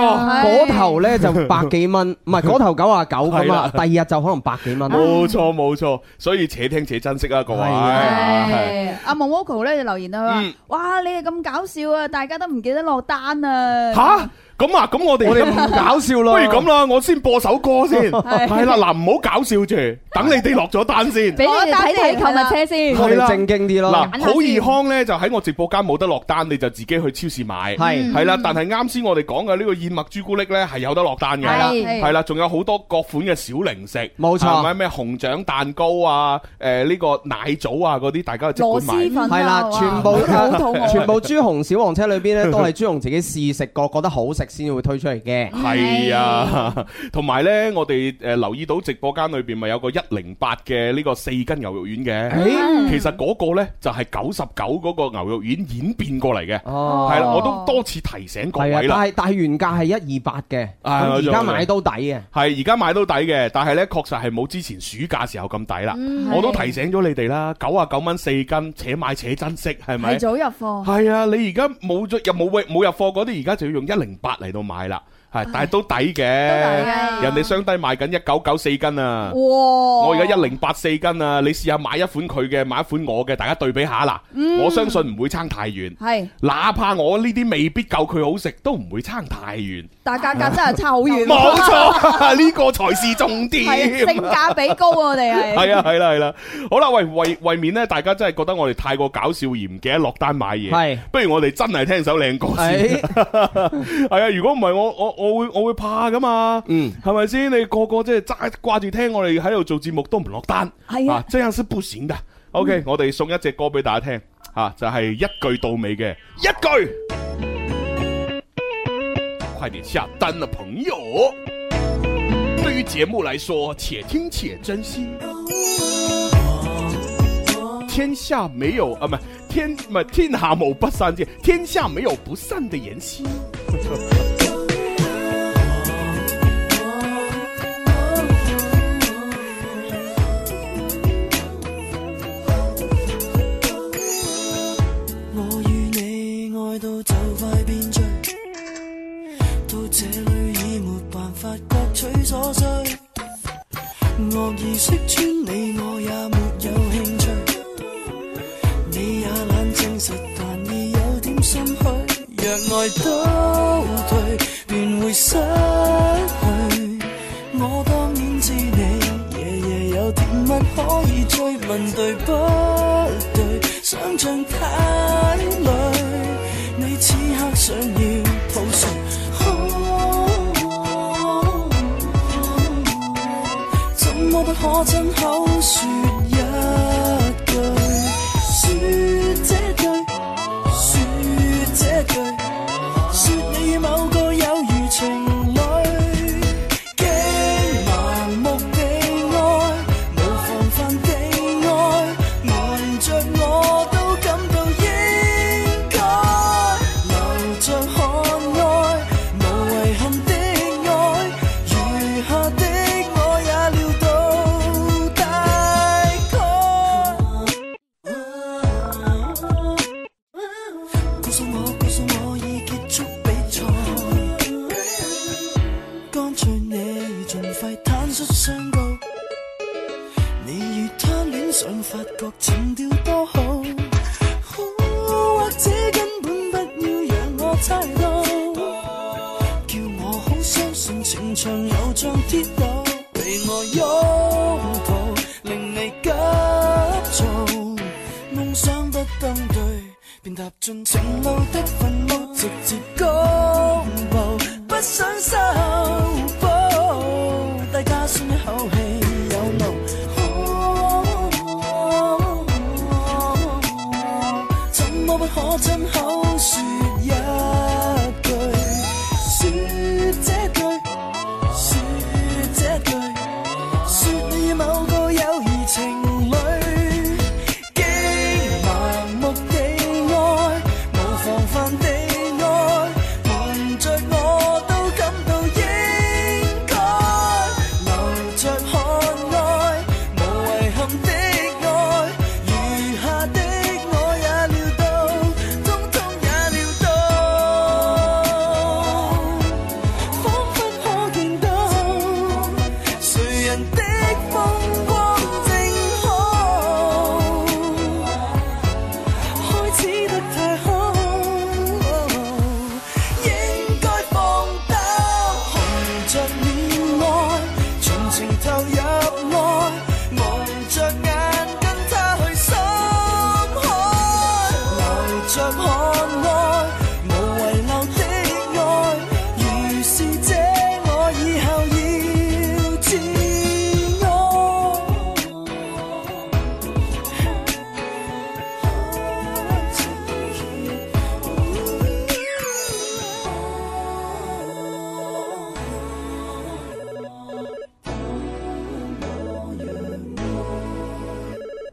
嗰頭咧就百 幾蚊，唔係嗰頭九啊九係咁啦啊，第二日就可能百幾蚊。冇錯冇錯，所以且聽且珍惜啊，各位。係啊係係阿 Momoko 咧就留言啊，佢話嗯哇，你哋咁搞笑啊，大家都唔記得落單啊。吓，咁啊，咁我哋我哋唔搞笑咯不如咁啦，我先播首歌 先，係係啦，嗱，唔好搞笑住，等你哋落咗單先。俾你哋睇睇購物車先。我哋正經啲咯。嗱，好易康咧就喺我直播間冇得落單，你就自己去超市買。嗯係係啦，但係啱先我哋講嘅呢個燕麥朱古力咧係有得落單嘅。係係啦，仲有好多各款嘅小零食。冇錯係咪咩紅掌蛋糕啊？誒呢個奶棗啊嗰啲，大家去即管買。係啦，全部嗯啊好肚餓全部朱紅小黃車裏邊咧，都係朱紅自己試食過，覺得好食先會推出嚟嘅。係啊，同埋呢，我哋誒留意到直播間裏邊咪有個一零八嘅呢個四斤牛肉丸嘅，誒其實嗰個呢就係九十九嗰個牛肉丸演變過嚟嘅，哦係啦，我都多次提醒各係啊，位但啦。係但係原價係一二八嘅，啊咁而家仲有買都抵啊嘅。係而家買都抵嘅，但係呢確實係冇之前暑假時候咁抵啦。嗯我都提醒咗你哋啦，九啊九蚊四斤，且買且珍惜，係咪？提早入貨，係啊，你而家冇咗又冇喂冇入貨嗰啲，而家就要用一零八嚟到買啦，係，但係都抵嘅，人哋雙低賣緊一九九四斤啊。哇！Ờ。我而家一零八四斤啊！你試下買一款佢嘅，買一款我嘅，大家對比下啦。嗯我相信唔會差太遠，係哪怕我呢啲未必夠佢好食，都唔會差太遠。但價格真係差好遠，冇，錯， 呢個才是重點。嗯係性價比高啊！我哋係 係啊，係啦，係啦。好啦，喂，為為免咧，大家真係覺得我哋太過搞笑而唔記得落單買嘢，係不如我哋真係聽首靚歌先。係啊，如果唔係我我我會我會怕噶嘛。嗯，係咪先？你個個即係揸掛住聽我哋喺度做節目都唔落單，係啊嗯這樣是不行的。OK，我哋送一隻歌俾大家聽，啊，就係一句到尾嘅一句。快點下單啦，朋友！對於節目來說，且聽且珍惜。天下沒有啊，唔係天唔係天下無不散之，天下沒有不散的筵席。我與你愛到就快變醉，到這裏已沒辦法各取所需。惡意識穿你，我也沒有興趣。你也懶證實，但已有點心虛。若愛倒退，便會失去。我當然知你夜夜有甜蜜可以追，問對不對？想像太累，你此刻想要抱誰？怎麼不可親口説一句？説這句，説這句，説你與某個有如情侶。竟盲目地愛，無防範地愛，愛着我都感到應該，流着汗愛，無遺憾的愛，餘下的我也料到大概。告訴我，告訴我已結束比賽。乾脆你盡快坦率相告，你與他戀上發覺情調多好，哦或者根本不要讓我猜到，叫我好相信情場有像鐵路，被我擁抱令你急躁，夢想不登對。便踏進情路的墳墓，直接公布，不想修補，大家鬆一口氣有路。怎麼不可親口説一句？説這句，説這句，説你與某個友誼情侶。竟盲目地愛，無防範地愛，愛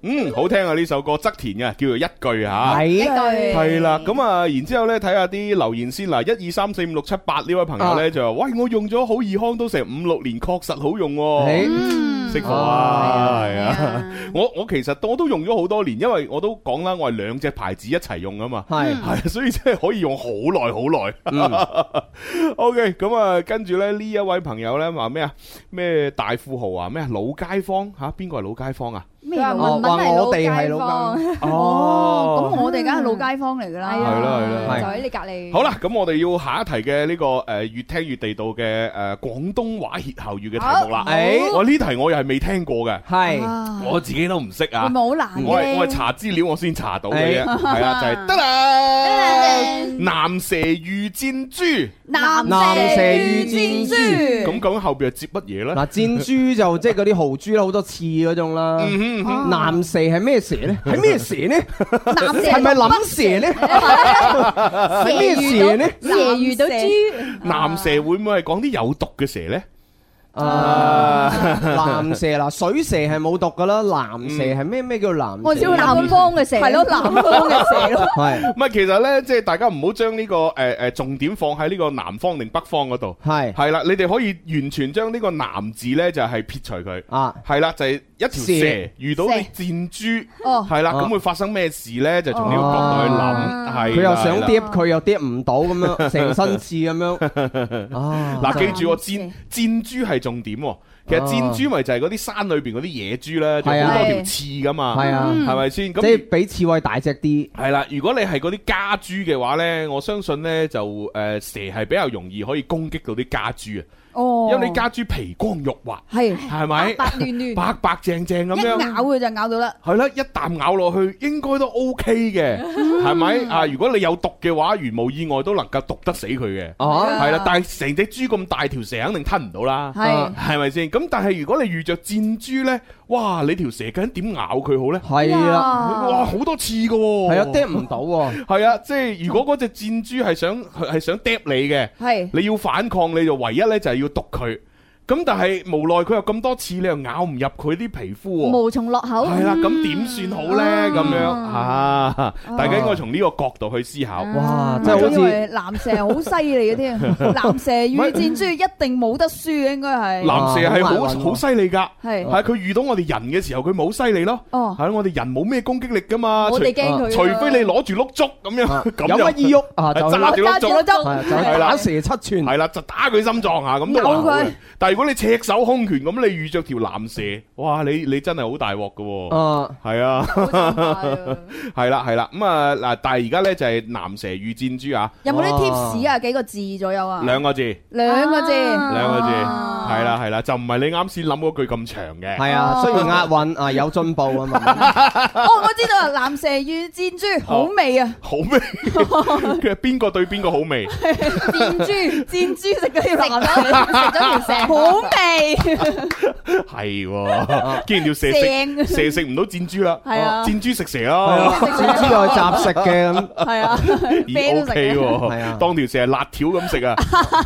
嗯，好聽啊！呢首歌側田嘅，叫做一句吓，係一句係啦。咁啊，然之後咧睇下啲留言先嗱，一二三四五六七八呢位朋友咧啊就話：，喂，我用咗好易康都成五六年，確實好用喎誒。嗯識貨啊，係啊！我我其實我都用咗好多年，因為我都講啦，我係兩隻牌子一齊用啊嘛，係係， 所以真係可以用好耐 好耐。OK，咁啊，跟住咧呢一位朋友咧話咩啊？咩大富豪啊？咩啊老街坊吓？邊個係老街坊啊？咩話文文係我哋街係老坊，街咁哦，嗯哦我哋梗係老街坊嚟㗎啦，係啦係啦，就喺你隔離。好啦，咁我哋要下一題嘅呢個誒越聽越地道嘅誒廣東話歇後語嘅題目啦好。誒我呢題我又係未聽過嘅，係啊我自己都唔識啊會唔。會好難嘅我係我係查資料我先查到嘅啫，誒係啊，就 係得啦。南蛇遇箭豬，南南蛇與與箭箭豬豬咁究竟後邊係接乜嘢咧？嗱，箭豬就即係嗰啲豪豬啦，好多刺嗰種啦。嗯哼南蛇係咩蛇咧？係咩蛇咧？南啊蛇係咪諗蛇咧？ 係咩蛇咧？蛇遇到豬，南蛇會唔會係講啲有毒嘅蛇咧？啊，藍蛇嗱，水蛇係冇毒噶啦，藍蛇係咩咩叫藍蛇？嗯我知道南南方嘅蛇，係咯，南方嘅 蛇咯，係唔係，其實咧，即係大家唔好將呢個誒誒重點放喺呢個南方定北方嗰度。係係啦，你哋可以完全將呢個南字咧就係撇除佢。啊，係啦，就係一條蛇蛇遇到蛇箭豬，哦係啦，啊咁會發生咩事咧？就從呢個角度去諗哦。係啦佢又想係啦跌，佢又跌唔到咁樣，成身刺咁 樣。啊，嗱，記住我蛇箭箭豬係重點喎。其實哦箭豬咪就係嗰啲山裏邊嗰啲野豬咧，就係啊好多條刺噶嘛，係啊係咪先？咁即係比刺猬大隻啲。係啦，如果你係嗰啲家豬嘅話呢，我相信呢就誒、呃蛇係比較容易可以攻擊到啲家豬啊，哦，因為啲家豬皮光肉滑，係係咪白亂亂。哦白白淨淨咁一樣。咬佢就咬到啦，係啦，一啖咬落去應該都 OK 嘅，係咪啊？如果你有毒嘅話，如無意外都能夠毒得死佢嘅，啊哦，係啦。但係成隻豬咁大條蛇，肯定吞唔到啦，係係咪先？咁但係如果你遇着箭豬呢，哇！你條蛇究竟點咬佢好呢？係啦，啊哇，好多刺噶喎，係啊，跌唔到喎。系啊，即係如果嗰隻箭豬係想系想嗒你嘅，係你要反抗，你就唯一呢就係要毒佢。咁但係無奈佢有咁多刺，你又咬唔入佢啲皮膚喎。無從落口。係啦，咁點算好呢？咁樣啊，大家應該從呢個角度去思嗯考。哇，即真係好以似為藍蛇好犀利 嘅添，藍蛇與箭豬一定冇得輸嘅，應該係藍蛇係好好難揾喎好犀利㗎，係係佢遇到我哋人嘅時候，佢咪好犀利咯。哦係咯我哋人冇咩攻擊力㗎嘛，除我哋驚佢啊。除非你攞住碌竹咁樣，啊咁有就乜意喐啊，就係去揸啦住揸碌住竹個。係啊針，就去係啦打蛇七寸。系啦，就打佢心臟啊，咁都還好有嘅佢。但系如果你赤手空拳咁，你遇着條藍蛇，哇！你你真係好大鑊噶。啊，係啊，好慘啊係啦，係啦。咁啊嗱，但係而家呢，就係藍蛇遇箭豬啊，有冇啲 tips 啊？幾個字左右啊？兩個字，兩個字，兩個字，啊係啦，係啦，就唔係你啱先諗嗰句咁長嘅。係啊，雖然押韻啊有進步 啊嘛，哦，我知道啦，藍蛇與箭豬好味啊！好味，佢係邊個對邊個好味？箭 豬，箭豬食咗條藍蛇，食咗條蛇，好味。係喎，既然條蛇食正蛇食唔到箭豬啦，哦係啊箭豬食蛇係啊啦，，總之就係雜食嘅咁。 係啊，咦咩都 O 食 K 係啊喎，當條蛇係辣條咁食啊！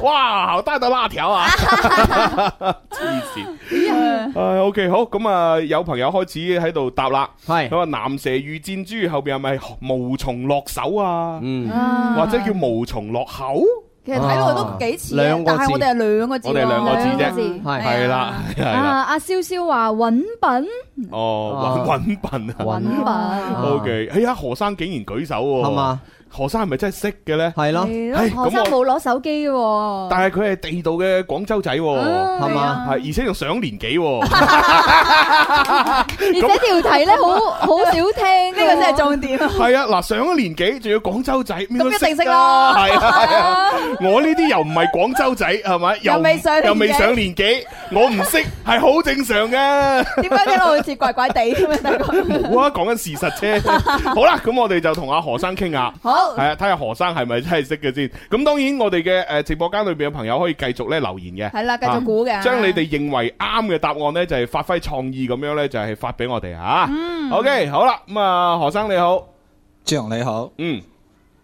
哇，好大的辣條啊！黐線。唉 o K 好，咁啊有朋友開始喺度答啦，係佢話南蛇遇箭豬後邊係咪無從落手啊？嗯，或者叫啊無從落口？其實睇落都幾似嘅兩，個但字係我哋係兩個字喎，我哋兩個字兩個啫，字係係啦係啦，啊！阿蕭蕭話揾品，哦啊揾揾笨啊揾品啊！O K，哎呀何生竟然舉手喎，係嘛？何生係咪真係識嘅呢？係咯，唉係咁我咯，學生冇攞手機喎。但係佢係地道嘅廣州仔喎。啊係嘛？系，而且仲上年紀喎， 而且條題咧好 好少聽，呢呢個真係重點啊！係啊，嗱上咗年紀，仲要廣州仔，咁咁一定識啦，啦係啊，係 啊，我呢啲又唔係廣州仔，係咪？又未上年紀又未上年紀，我唔識係好正常嘅。點解一路好似怪怪地咁樣？大家冇啊，講緊事實啫。好啦，咁我哋就同阿何生傾下。好係啊，睇下何生係咪真係識嘅先。咁當然，我哋嘅誒直播間裏邊嘅朋友可以繼續咧留言嘅，係啦，繼續估嘅，將你哋認為啱嘅答案呢，就係發揮創意咁樣呢，就係發俾我哋嚇。OK，好啦，咁啊，何生你好，張你好，嗯，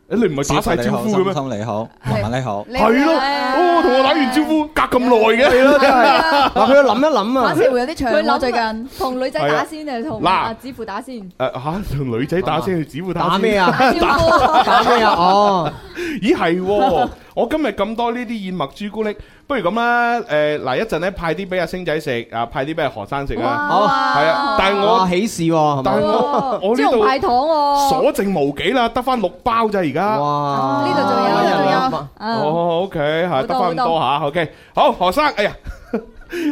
誒你唔係打晒招呼嘅咩？心你好，文文你好，係咯，哦，同我打完招呼隔咁耐嘅，係咯真係 嗱佢要諗一諗啊反潮有啲佢長諗啊我最近同女仔係啊打先定同嗱阿子富打先？誒嚇，同女仔打先，你指會打打先咩啊 打打咩啊哦，咦係喎，我今日咁多呢啲燕麥朱古力，不如咁啦，誒嗱一陣咧派啲俾阿星仔食，啊派啲俾阿何生食啊，好係啊，但係哇我喜事喎，但係我我呢朱紅派度糖喎，所剩無幾啦，得翻六包咋而家。哇！呢度仲有，呢度仲有，嗯哦，OK，係得多翻咁好多多吓，OK，好，何生，哎呀，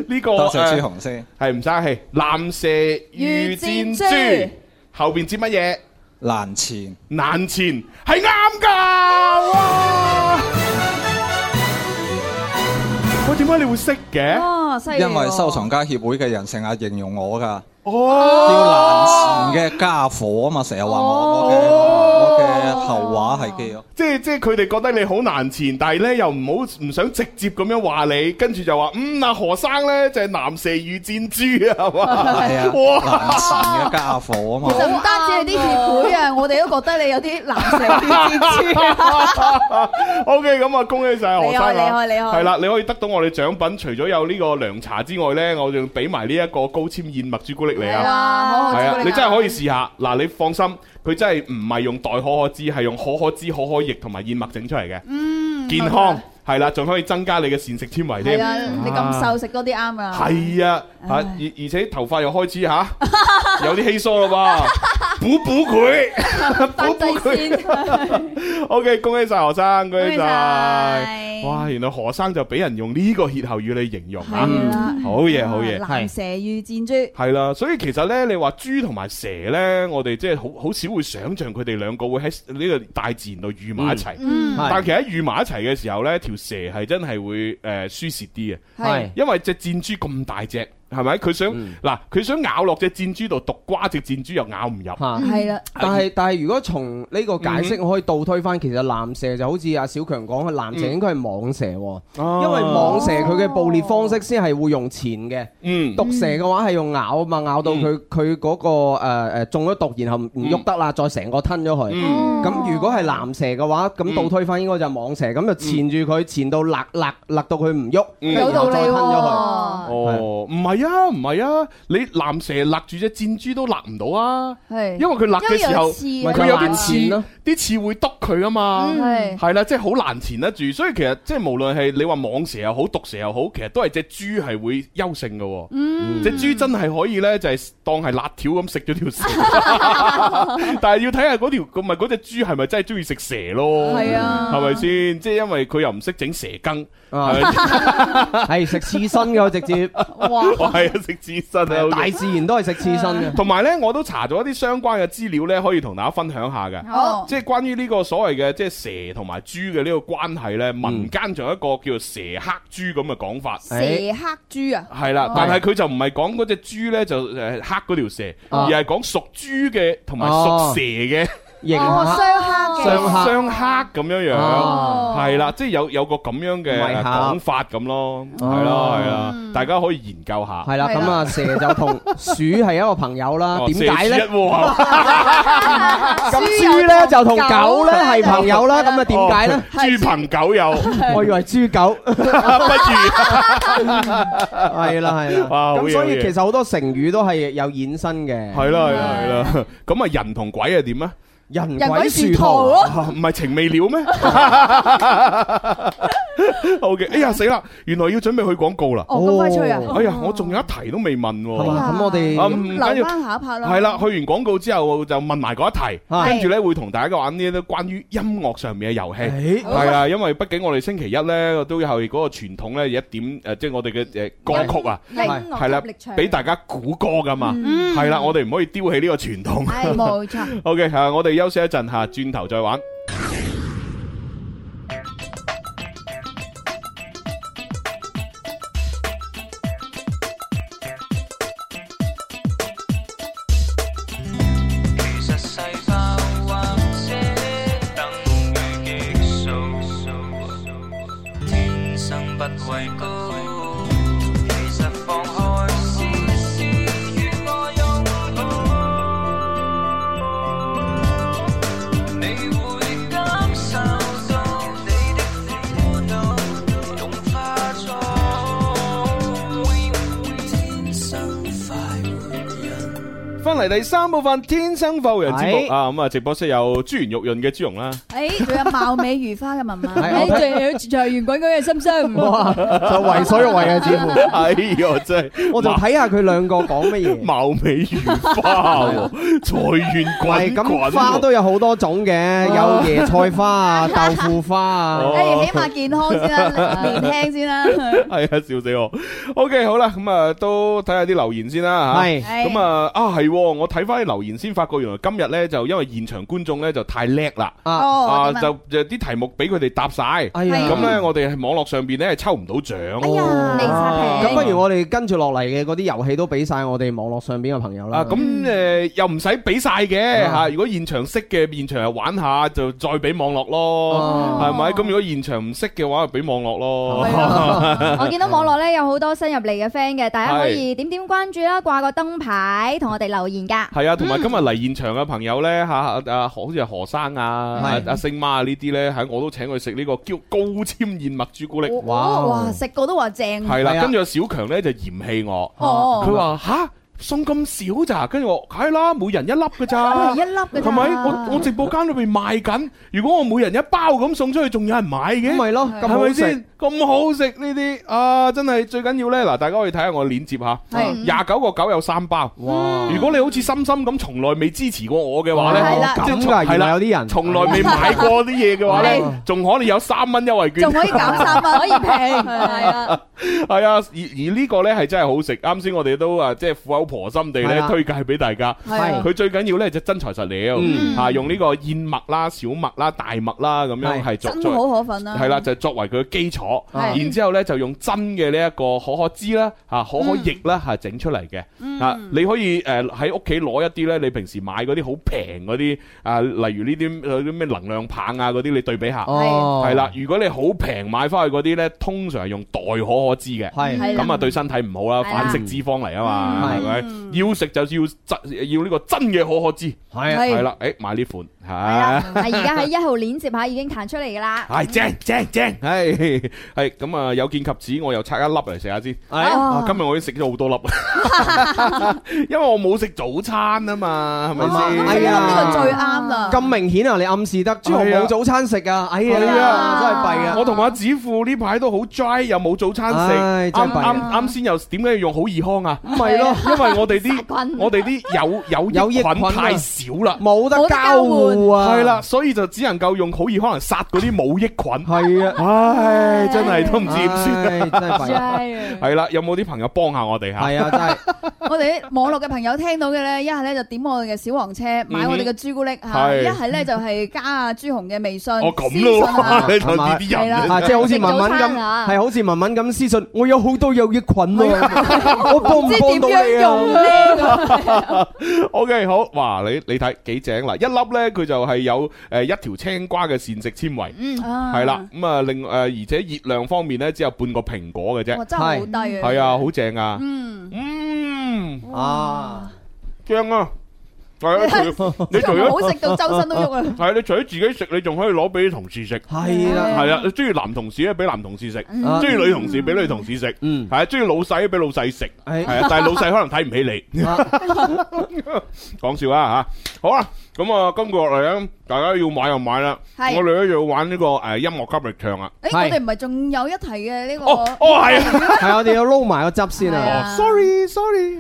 呢個多謝朱紅紅先。係唔生氣，藍蛇遇箭豬後邊接乜嘢？難纏難纏係啱㗎，哇！喂，點解你會識嘅？哦，犀利喎因為收藏家協會嘅人成日形容我㗎，哦，叫難纏嘅家伙啊嘛，成日話我我嘅我嘅後話係基即係即係佢哋覺得你好難纏，但係呢又唔好唔想直接咁樣話你，跟住就話嗯阿何生呢就係南蛇與箭豬啊，係嘛？係啊，哇！難纏嘅家伙啊嘛。就唔單止係啲協會啊，我哋都覺得你有啲藍蛇與箭 豬 O K，咁啊，恭喜晒何生啊！厲害厲害厲害係啦，你可以得到我哋獎品，除咗有呢個涼茶之外呢，我仲俾埋呢一個高纖燕麥朱古力你係啊！啦，好好係朱古啊，力你真係可以試下。嗱，你放心，佢真係唔係用代可可脂，係用可可脂、可可液同埋燕麥整出嚟嘅，嗯健康係啦，仲可以增加你嘅膳食纖維添。係啊，你咁啊瘦食多啲啱啊。係啊，嚇而而且頭髮又開始嚇有啲稀疏啦 噃，補補佢，補補 佢。O K，恭喜晒何生，恭喜恭喜晒！晒哇，原來何生就俾人用呢個歇後語嚟形容啊係啦，好嘢好嘢，藍蛇與箭豬，係啦，所以其實呢，你話豬同埋蛇呢，我哋即係好好少會想象佢哋兩個會喺呢個大自然度遇埋一齊。嗯係但其實喺遇埋一齊嘅時候呢，條蛇係真係會誒輸蝕啲嘅。係因為只箭豬咁大隻，係咪？佢想嗱，佢想咬落只箭豬度，毒瓜只箭豬又咬唔入。嚇。係啦，但啊係但係，如果從呢個解嗯釋，我可以倒推翻，其實藍蛇就好似阿小強講，藍蛇應該係網蛇喎，哦因為網蛇佢嘅捕獵方式先係會用纏嘅，嗯毒蛇嘅話係用咬啊嘛，咬到佢佢嗰個誒誒中咗毒，然後唔喐得啦，再成個吞咗佢。嗯咁如果係藍蛇嘅話，咁倒推翻應該就係網蛇，咁就纏住佢，纏到勒勒勒到佢唔喐，嗯然有後道理再吞咗佢。喎。哦，唔係啊，唔係啊，你藍蛇勒住只箭豬都勒唔到啊，係，因為佢勒嘅時候，因佢有咪為有刺啊佢啲難纏刺咯，啲刺會篤佢啊嘛。嗯係係啦，即係好難纏得住，所以其實即係無論係你話蟒蛇又好，毒蛇又好，其實都係只豬係會優勝嘅喎。嗯只豬真係可以呢，就係當係辣條咁食咗條 蛇，但係要睇下嗰條，唔係嗰只豬係咪真係中意食蛇咯？係啊係咪先？即係因為佢又唔識整蛇羹，啊係食刺身嘅，直接哇， 我係啊食刺身 啊，好大嘅自然都係食刺身 嘅。同埋呢，我都查咗一啲相關嘅資料呢，可以同大家分享下嘅。好，即係關於呢個所謂嘅即係蛇同埋豬嘅呢個關係呢，民間仲有一個叫做蛇黑豬咁嘅講法。蛇黑豬啊，係啦哦，但係佢就唔係講嗰只豬呢，就誒黑嗰條蛇，啊而係講屬豬嘅同埋屬蛇嘅型哦，下雙黑嘅，雙黑相克咁樣樣。哦係啦，即係有有個咁樣嘅迷誒客講法咁咯，係啦係啦，大家可以研究下。係啦，係啦咁啊蛇就 同鼠係一個朋友啦。哦點 解蛇咧鼠？一窩咁豬咧就同狗咧係朋 友啦。咁啊點解咧？？哦豬朋狗友， 我以為 豬狗不係啦係啦。哇好嘢咁所好嘢以其實好多成語都係有衍生嘅。如係啦係啦係啦。咁啊，人同鬼係點啊？人人鬼鬼殊殊途途咯，啊唔係情未了咩 ？OK，哎呀死啦！原來要準備去廣告啦。哦咁快吹啊，哦哎呀，我仲有一題都未問係喎。嘛？咁我啊哋唔緊留要，翻下一 part 啦，係啦，去完廣告之後就問埋嗰一題，係跟住呢會同大家玩呢啲關於音樂上面嘅遊戲。誒係啊，因為畢竟我哋星期一呢都有嗰個傳統呢，有一點誒，即係我哋嘅誒歌曲啊，係嗯力係啦力，場俾大家估歌噶嘛。係啦，我哋唔可以丟棄呢個傳 統。係冇錯， OK，係啊我哋休息一陣嚇，轉頭再玩。實世化或者等於激素，天生不畏高。其實放開試試，與我擁抱，你會感嚟第三部分《天生浮人》節目哎啊，咁啊，直播室有珠圓玉潤嘅朱 容啦。誒，仲有貌美如花嘅文文， 係我誒，仲有長圓滾滾 嘅心心。哇就為所欲為啊，似乎。哎呀，真係，我就睇下佢兩個講乜嘢。貌美如花喎， 財源滾滾喎。咁花都有好多種嘅，有椰菜 花啊、豆腐花啊。誒，起碼健康先啦，年輕先啦。系啊，笑死我。OK，好啦，咁啊，都睇下啲留言先啦吓。係咁啊，啊系，我睇翻啲留言先，發覺原來今日咧就因為現場觀眾咧就太叻啦，啊哦哦啊點啊就就啲題目俾佢哋答晒，咁呀咧我哋喺網絡上邊咧係抽唔到獎。咁不如我哋跟住落嚟嘅嗰啲遊戲都俾晒我哋網絡上邊嘅朋友啊，嗯啦。咁誒又唔使俾晒嘅啊嚇，如果現場識嘅，現場又玩下就再俾網絡咯哦，啊係咪？咁如果現場唔識嘅話，就俾網絡咯。 我見到網絡咧有好多新入嚟嘅 friend 嘅，大家可以係點點關注啦，掛個燈牌同我哋留言㗎。系啊，同埋嗯今日嚟現場嘅朋友咧吓，啊啊好似係何生啊、啊阿星媽啊呢啲咧，喺我都請佢食呢個叫高纖燕麥朱古哦力。哇！哇，食過都話正。係啦，跟住阿小強咧就嫌棄我，啊哦佢話吓。送咁少咋？跟住我係啦，每人一粒嘅咋，每人一粒㗎係咋咪？我我直播間裏邊賣緊，如果我每人一包咁送出去，仲有人買嘅，咪咯咁好係咪食先？咁好食呢啲啊，真係最緊要呢。嗱，大家可以睇下我鏈接嚇，係廿九個九有三包。嗯哇如果你好似心心咁，從來未支持過我嘅話呢，係啦即係哦咁從㗎原來有啲人從來未買過啲嘢嘅話係呢，仲可能有三蚊優惠券，仲可以減三蚊，可以平，係啊。係啊，而而呢個呢係真係好食。啱先我哋都啊，即係苦口婆心地係咧啊推介俾大家。係啊佢最緊要呢就真材實料嗯啊，用呢個燕麥啦、小麥啦、大麥啦咁樣係係作真作好可粉啦係啦，就作為佢嘅基礎。係然之後呢，就用真嘅呢一個可可脂啦、啊可可液啦嚇整出嚟嘅。啊，你可以誒喺屋企攞一啲呢，你平時買嗰啲好平嗰啲啊，例如呢啲嗰啲咩能量棒啊嗰啲，你對比下。 哦係啦，如果你好平買翻去嗰啲呢，通常係用代可可脂嘅，係係啦咁啊對身體唔好啦，嗯係啦反式脂肪嚟啊嘛，嗯係咪？要食就要真要呢個真嘅可可脂，係啊係啊係啦，誒買呢款係。係而家喺一號鏈接下已經彈出嚟㗎啦。系正正正，系系咁啊！有見及此，我又拆一粒嚟食下先。Ờ. 啊今日我已經食咗好多 粒，因為我冇食早餐啊嘛，係咪先？哎呀呢個最啱啦咁明顯啊！你暗示得朱紅係啊冇早餐食啊！哎呀，真係啊係弊啊！我同阿子富呢排都好 dry，又冇早餐食，唉啱真係弊啊啱啱先又點解要用好易康啊？唔 係咯因為我哋啲菌我哋啲有有益菌太少啦，冇得交互啊！係啦，所以就只能夠用好易康能殺嗰啲冇益菌。係啊，唉，真係都唔知點唉算。 真係弊啊。係啊 係啦，有冇啲朋友幫下我哋嚇？係啊真係 我哋啲網絡嘅朋友聽到嘅咧，一係咧就點我哋嘅小黃車買我哋嘅朱古力嚇，係一係咧就係加阿朱紅嘅微信。哦咁咯私 信啊你同呢啲人係啦啊，即係好似文文食早咁，餐啊係好似文文咁私信，我有好多有益菌 啊，我幫唔幫到你用咧啊？ O、k 好，哇！你你睇幾正啦，一粒呢，佢就係有誒一條青瓜嘅膳食纖維，嗯啊係啦，咁啊另誒而且熱量方面呢，只有半個蘋果嘅啫，哇真係好低啊係啊，好正啊，嗯嗯啊，正啊！ 係啊，除你除咗好食到周身都 喐啊！係你除咗自己食，你仲可以攞俾同事食。係啦係啊，你中意男同事咧，俾男同事食；嗯中意女同事俾女同事食。嗯，係啊，中意老細咧，俾老細食。係係啊，但係老細可能睇唔起你。 講笑啦吓，好啦，咁啊，今個落嚟咧，大家要買就買啦。係我哋咧就要玩呢個誒音樂級力唱啊。誒，我哋唔係仲有一題嘅呢個哦係啊，哦係我哋要撈埋個汁先啊！ sorry sorry。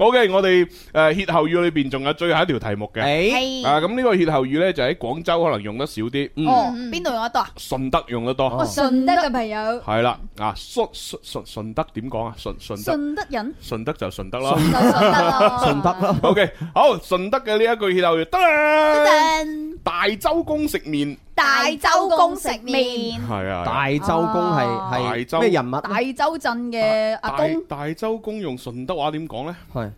OK，我哋誒歇後語裏邊仲有最後一條題目嘅。誒啊，咁呢個歇後語咧就喺廣州可能用得少啲，哦，邊度有得啊？順德用得哦，多。順德嘅朋友，係啦，啊順順順順德點講啊？順順德順德人順德就順德咯。就順 德咯。順德啦， OK，好，順德嘅呢一句歇後語得啦。大周公食麵大周公食麵，係啊。大周公係大周係咩人物？大周鎮嘅呃阿啊大公，大周公用順德話點講呢？係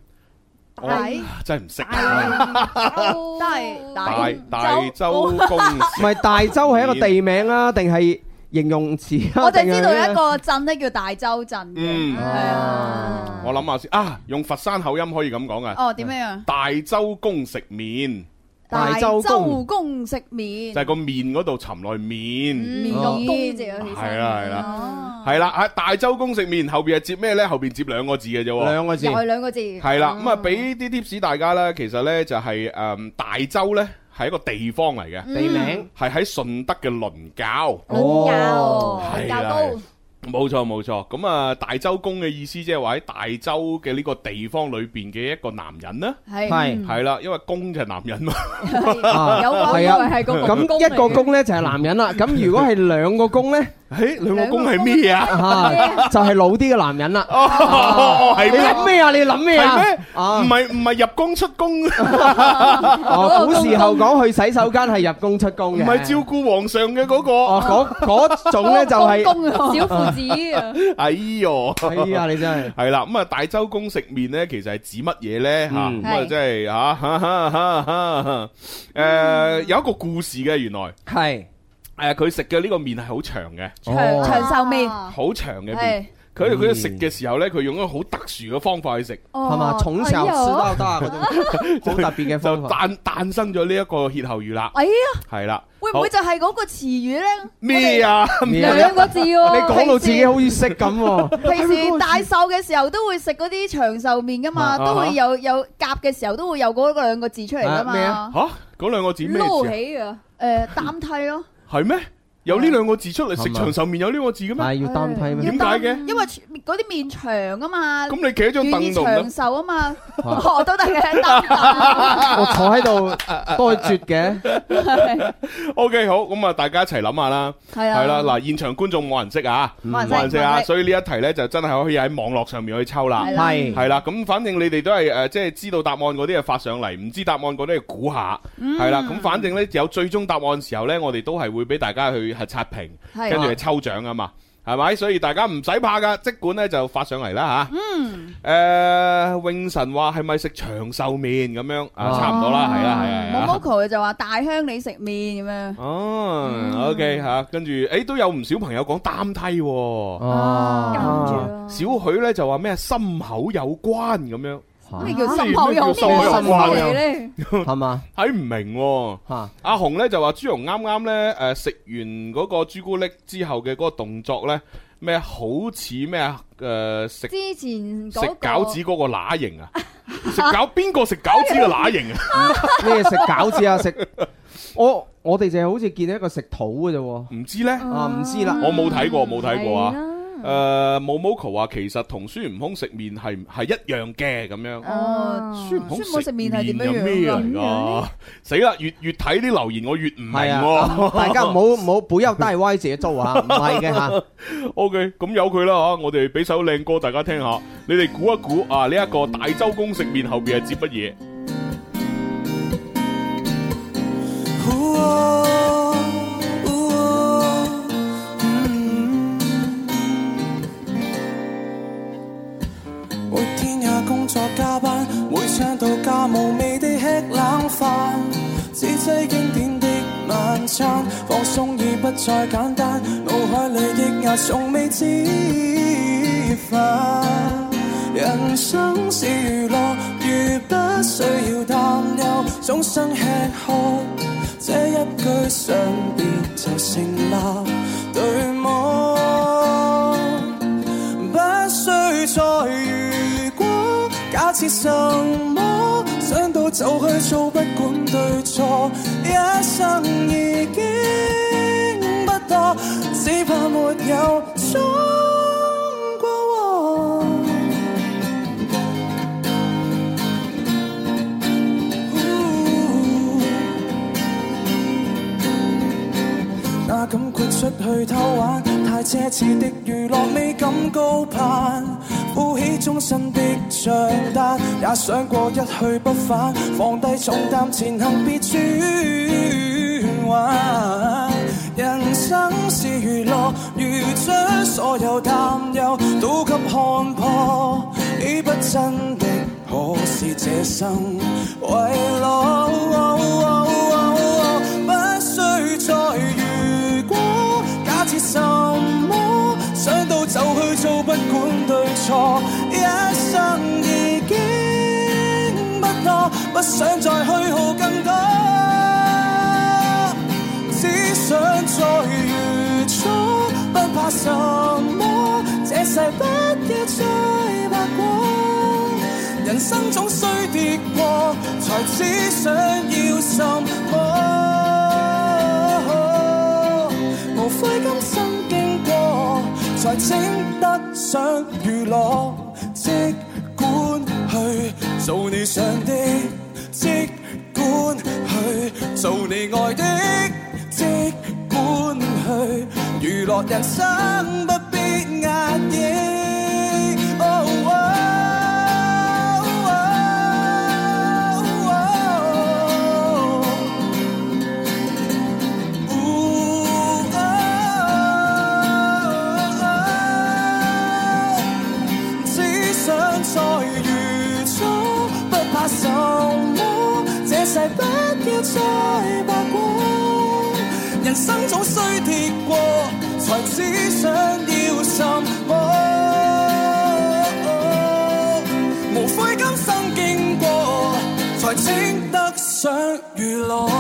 我大真係唔識。啊都係大大大周公唔食係大洲係一個地名啊，定係形容詞啊？我就知定係道咩有一個鎮咧叫大洲鎮嘅，嗯係啊。 我諗下先啊，用佛山口音可以咁講啊。哦，點樣樣？大周公食麵大周公公食麵就係個面嗰度沉落去面，面個公字啊，其實係啦係啦，係係啦，喺大洲公食面後邊係接咩咧？後邊接兩個字嘅啫喎，兩個又係兩個字。係啦，咁啊俾啲 tips 大家咧，其實咧就係誒大洲咧係一個地方嚟嘅，地名係喺順德嘅倫教，倫教係較啦高。冇錯冇錯，咁啊大洲公嘅意思即係話喺大洲嘅呢個地方裏邊嘅一個男人啦，係嗯係係啦，因為公就係男 人嘛，啊有講係以為啊，係個公公咁一個公咧就係男人啦，咁如果係兩個公咧， 誒兩個公係咩啊？啊就係老啲嘅男人啦。 哦係你咩諗咩啊？你諗咩啊？係咩啊唔係唔係入宮出 哦，古宮，時候講去洗手間係入宮出宮嘅，唔係照顧皇上嘅嗰個。哦，嗰嗰種咧就 係小父子啊。哎哟，哎呀你真係係啦，咁啊大洲公食面咧，其實係指乜嘢咧吓？嗯咁啊係即係吓哈哈哈哈，嗯诶有一個故事嘅原來係诶佢食嘅呢個面係好長嘅，長長壽面啊好長嘅係面。嗯佢佢食嘅時候咧，佢用一個好特殊嘅方法去食，係嘛？從小吃到大嗰種。好特別嘅方法，就誕誕生咗呢一個歇後語啦。哎呀，係啦，會唔會好就係嗰個詞語咧？咩啊？兩個字喎你講到自己好似識咁喎。平時大壽嘅時候都會食嗰啲長壽面噶嘛，啊都會有有夾嘅時候都會有嗰兩個字出嚟噶嘛。吓，嗰兩個字咩撈字啊？起啊！誒擔 梯咯，係咩？有呢兩個字出嚟係食咪長壽面有呢個字嘅咩？係要擔梯咩點解嘅？因為嗰啲面長啊嘛，咁你企喺張願凳意度唔得長壽啊嘛，啊 我都得嘅擔凳。我坐 喺度多絕嘅， O K，好，咁啊，大家一齊諗下啦，係 啊係啦，嗱，現場觀眾冇人識啊，冇人識冇人識冇人啊，識所以呢一題呢，就真係可以喺網絡上面去抽啦，係啦係係啦，咁反正你哋都係呃誒，即係知道答案嗰啲就發上嚟，唔知答案嗰啲就估下，嗯係啦，咁反正呢，有最終答案時候呢，我哋都係會俾大家去係呃刷屏，係跟住係抽獎啊嘛，係咪？所以大家唔使怕噶，即管呢就發上嚟啦嚇。嗯，誒，永神話係咪食長壽面咁樣啊？差唔多啦，係啦，係啊係啊。 Momoko 就話大香你食面咁樣。嗯哦，OK 吓，跟住誒都有唔少朋友講擔梯喎，啊哦，小許咧就話咩心口有關咁樣，啊咩叫心口有咩叫心關口有關嚟咧？係嘛？睇唔明喎。阿紅咧就話朱紅啱啱咧誒食完嗰個朱古力之後嘅嗰個動作咧，咩好似咩啊誒食之前食嗰個餃子嗰個乸型啊，食餃邊個食餃子嘅乸型啊？咩食餃子啊？食我我哋就係好似見到一個食土嘅啫喎。唔知咧啊，唔知啦，我冇睇過，冇睇過啊。誒，Momoko 話其實同孫悟空食面係係一樣嘅咁樣。哦，孫悟空孫食面係點有咩樣嚟樣㗎？噶？死啦！越越睇啲留言，我越唔明係喎 啊，。大家唔好唔好不要帶歪自己做啊，唔係嘅嚇。 O K，咁由佢啦吓，我哋俾首靚歌大家聽下，你哋估一估啊呢一個大洲公食面後邊係接乜嘢？oh, Mm. 每天也工作加班，每餐到家無味地吃冷飯，自製經典的晚餐，放鬆已不再簡單，腦海裏抑壓從未止返。人生是娛樂，如不需要擔憂，總想吃喝，這一句想必就成立，對麼？不需再如果。假設什麼想到就去做，不管對錯，一生已經不多，只怕沒有中過往。那感豁出去偷玩，太奢侈的娛樂未敢高攀，負起終身的帳單，也想過一去不返，放低重擔前行別轉彎。人生是娛樂，如將所有擔憂都給看破，已不真的可是這生為樂。哦不需再如果，假設什麼想到就去做，不管對錯，一生已經不多，不想再虛耗更多，只想再如初，不怕什麼。這世不要再白過，人生總需跌過，才知想要什麼。無悔今生經過，才稱得上娛樂。即管去做你想的，即管去做你愛的，即管去娛樂人生，不必壓抑。哦哦哦哦只想再如初，不怕什麼，這世不要再白過。人生總需跌過，才知想要什麼。無悔今生經過，才稱得上娛樂。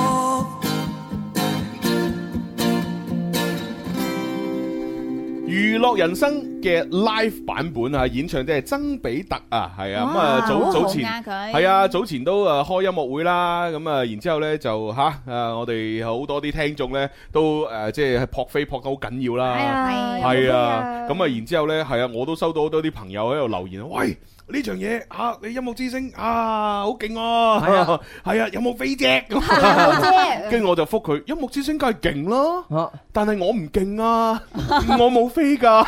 娛樂人生嘅 live 版本啊，演唱者係曾比特啊，係啊，咁哇啊早好早紅前啊佢係啊，早前都誒開音樂會啦，咁啊，然之後咧就吓，誒，我哋好多啲聽眾咧都誒即係撲飛撲得好緊要係啦，啊係係啊啊，咁啊，然之後咧係啊，我都收到好多啲朋友喺度留言，喂。呢場嘢啊，你音樂之星啊，好勁啊！係啊， 係啊，有冇飛啫？咁，跟住我就覆佢，音樂之星梗係勁 啦，但係我唔勁啊，我冇飛㗎。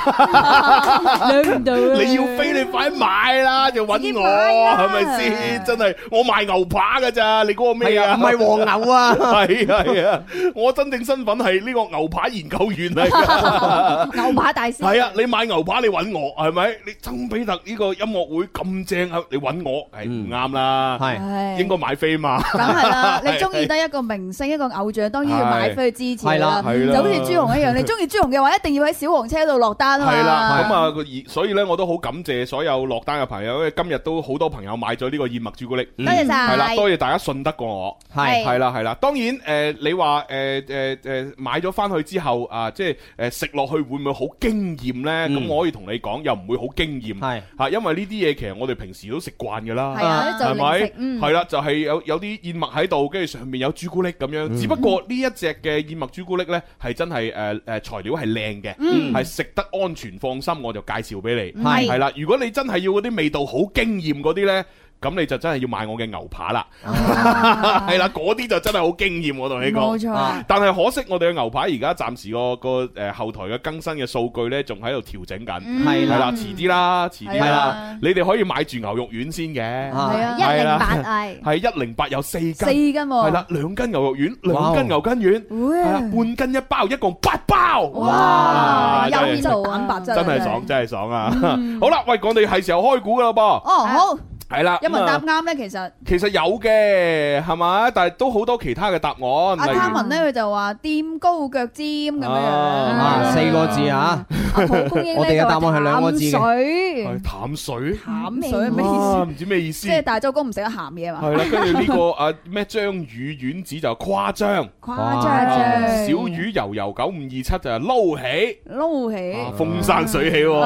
你要飛你快買啦，就揾我，係咪先？真係我賣牛扒㗎咋，你嗰個咩啊？係啊唔係黃牛 啊係啊係啊，我真正身份係呢個牛扒研究員嚟㗎。牛扒大師系啊，你買牛扒你揾我係咪？你曾比特呢個音樂會咁正啊，你揾我係唔啱啦，係應該買飛嘛。梗係啦，你中意 係得一個明星一個偶像，當然要買飛去支持係啦啦。係啦就好似朱紅 一樣，你中意朱紅嘅話，一定要喺小黃車度落單啊嘛。係啦，咁啊，個熱所以咧，我都好感謝所有落單嘅朋友，因為今日都好多朋友買咗呢個燕麥朱古力，多謝晒嗯係啦，多謝大家信得過我，係係啦，係啦。當然，誒你話誒誒誒買咗翻去之後啊，即係誒食落去會唔會好驚豔咧？咁我可以同你講，又唔會好驚豔，嗯係嚇，因為呢啲嘢其實我哋平時都食慣㗎啦，係啊就零食咪？嗯係啦，就係有有啲燕麥喺度，跟住上面有朱古力咁嗯樣。只不過呢一隻嘅燕麥朱古力呢，係真係誒誒材料係靚嘅，嗯係食得安全放心，我就介紹俾嗯你。係係啦，如果你真係要嗰啲味道好驚豔嗰啲呢。咁你就真係要買我嘅牛扒啦，啊 係啦，嗰啲就真係好驚豔，我同你講。冇錯啊但係可惜我哋嘅牛扒而家暫時個個誒後台嘅更新嘅數據呢，仲喺度調整緊，嗯係啦，遲啲啦，遲啲係啊啦啦，你哋可以買住牛肉丸先嘅，係啊係啦 108係係一零八有四斤，四斤喎係啦，兩斤牛肉丸，兩哇斤牛筋丸，係啦，半斤一包，一共八包，哇，有真係呢度蛋白質啊真係爽，。真係爽啊！ 好啦，喂，我哋係時候開估噶啦噃，哦，好，係啦，有冇咁人啊答啱咧？其實。其實有嘅，係嘛？但係都好多其他嘅答阿案，例卡如文咧，佢就話掂高腳尖咁樣樣。啊，四個字啊，我哋嘅答案係兩個字嘅，淡水，係淡水，淡水咩意啊思？唔知咩意思即。係大周公唔食得鹹嘢嘛？係啦，跟住呢個啊咩章魚丸子就誇張，誇張啊小魚油油九五二七就係撈起，撈起，啊風生水起喎，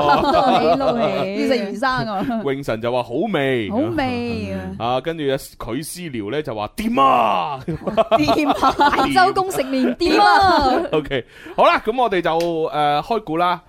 要食魚生啊，永神就話好味，好味啊！啊，跟住啊佢私聊咧就話掂 啊。 掂啊！大周公食面掂啊！ O K，好啦，咁我哋就誒開估啦，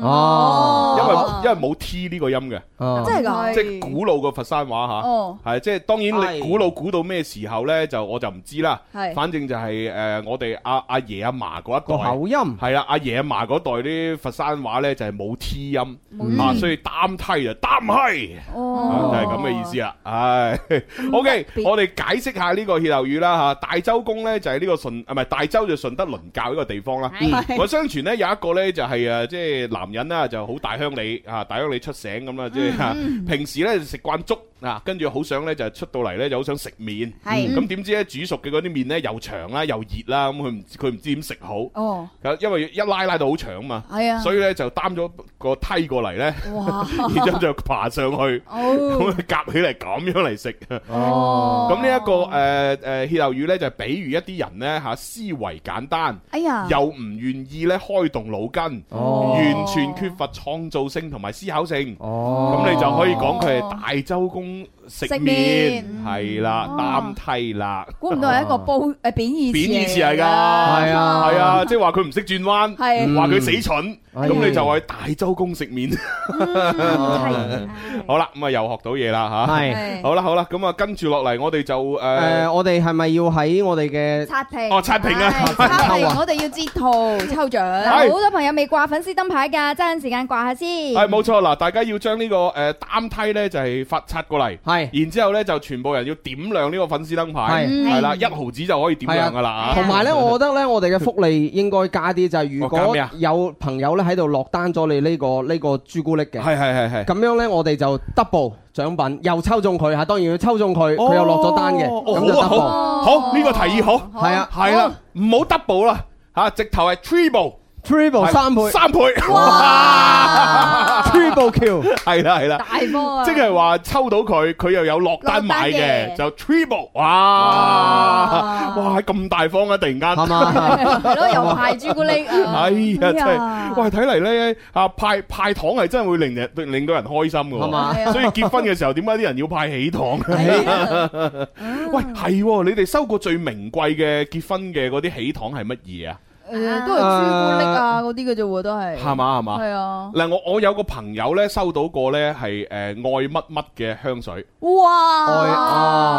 哦因為因為冇 T 呢個音嘅，真係㗎即係古老嘅佛山話嚇，哦係即係當然你係古老估到咩時候咧，就我就唔知啦。係反正就係誒我哋阿阿爺阿嫲嗰一代口音係啦，阿爺阿嫲嗰代啲佛山話咧就係冇 T 音冇啊， T 所以擔梯就擔閪。哦啊就係咁嘅意思啦，唉，OK，我 哋解釋下呢個歇後語啦吓。大周公呢就係呢個順，啊唔係大周就順德倫教呢個地方啦係。我相傳呢有一個呢就係誒，即係南男人啦就好大鄉里啊，大鄉里出醒咁啦，即係啊嗯平時咧食慣粥啊，跟住好想咧就出到嚟咧就好想食麵，係嗯嗯咁點知咧煮熟嘅嗰啲麵咧又長啦又熱啦，咁佢唔佢唔知點食好。哦，因為一拉拉到好長嘛，係啊所以咧就擔咗個梯過嚟咧，哇然之後就爬上去， 咁哦啊夾起嚟咁樣嚟食。哦咁呢一個誒誒歇後語咧，就係比喻一啲人咧嚇思維簡單，哎呀又唔願意咧開動腦筋，哦完全缺乏創造性同埋思考性。咁你就可以講佢係大周公食食面麵，係啦，擔梯啦。估唔到係一個褒誒貶義詞貶義詞嚟嚟㗎，㗎，係啊，即係話佢唔識轉彎，係話佢死蠢，嗯咁你就話佢大周公食面。嗯好啦，咁啊又學到嘢啦吓，係好啦好啦，咁啊跟住落嚟我哋就誒誒，我哋係咪要喺我哋嘅刷屏哦刷屏 啊，差評我哋要截圖 抽獎，啊好多朋友未掛粉絲燈牌㗎，揸緊時間掛下先。係冇錯嗱，大家要將呢個誒擔梯咧就係發刷過嚟，係，然之後咧就全部人要點亮呢個粉絲燈牌，係係啊啦，一毫子就可以點亮噶啦，啊同埋咧，我覺得咧，我哋嘅福利應該加啲，就係如哦加果咩啊有朋友咧喺度落單咗你呢個呢個朱古力嘅，係係係係，咁樣咧我哋就 double 獎品，又抽中佢嚇，當然要抽中佢，哦佢又落咗單嘅，哦咁就好 double。啊好，好呢個提議好，係啊係啦，唔好 double 啦，吓直頭係 triple。 Triple 啊三倍，三倍，啊！Triple Q， 係啦係啦，大波啊啊即係話抽到佢，佢又有落單買嘅，落單嘅就 triple，哇哇咁大方啊！突然間係嘛係咯又派朱古力 Ờ, 啊哎呀真哎係呀，喂睇嚟咧啊派派糖係真係會令人令到人開心嘅係嘛係喎，啊所以結婚嘅時候點解啲人要派喜糖？係 喂係喎，你哋收過最名貴嘅結婚嘅嗰啲喜糖係乜嘢啊？誒呃都係朱古力啊嗰啲嘅啫喎，都係係嘛係 嘛係啊，嗱，我我有個朋友咧收到過咧係誒愛乜乜嘅香水，Ờ. 哇，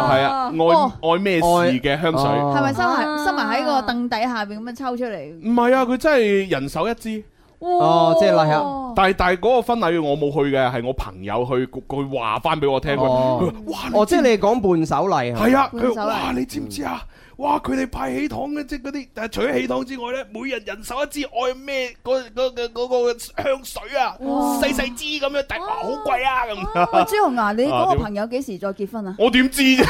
係啊愛愛咩事嘅香水，係咪收啊埋收埋喺個凳底下邊咁樣抽出嚟？唔係啊，佢真係人手一支。哦即係禮盒。Ờ。但係但係嗰個婚禮我冇去嘅，係我朋友去，佢佢話翻俾我聽，佢佢哦話，哦，即係你係講伴手禮係咪係啊，佢話哇你知唔知啊？哇！佢哋派喜糖嘅，即係嗰啲，但係除咗喜糖之外咧，每人人手一支愛咩嗰嗰嗰嗰個香水啊，哇細細支咁樣，但係哇好貴啊喂，咁。朱紅牙，你嗰啊個點朋友幾時再結婚 啊？ 我點知啫？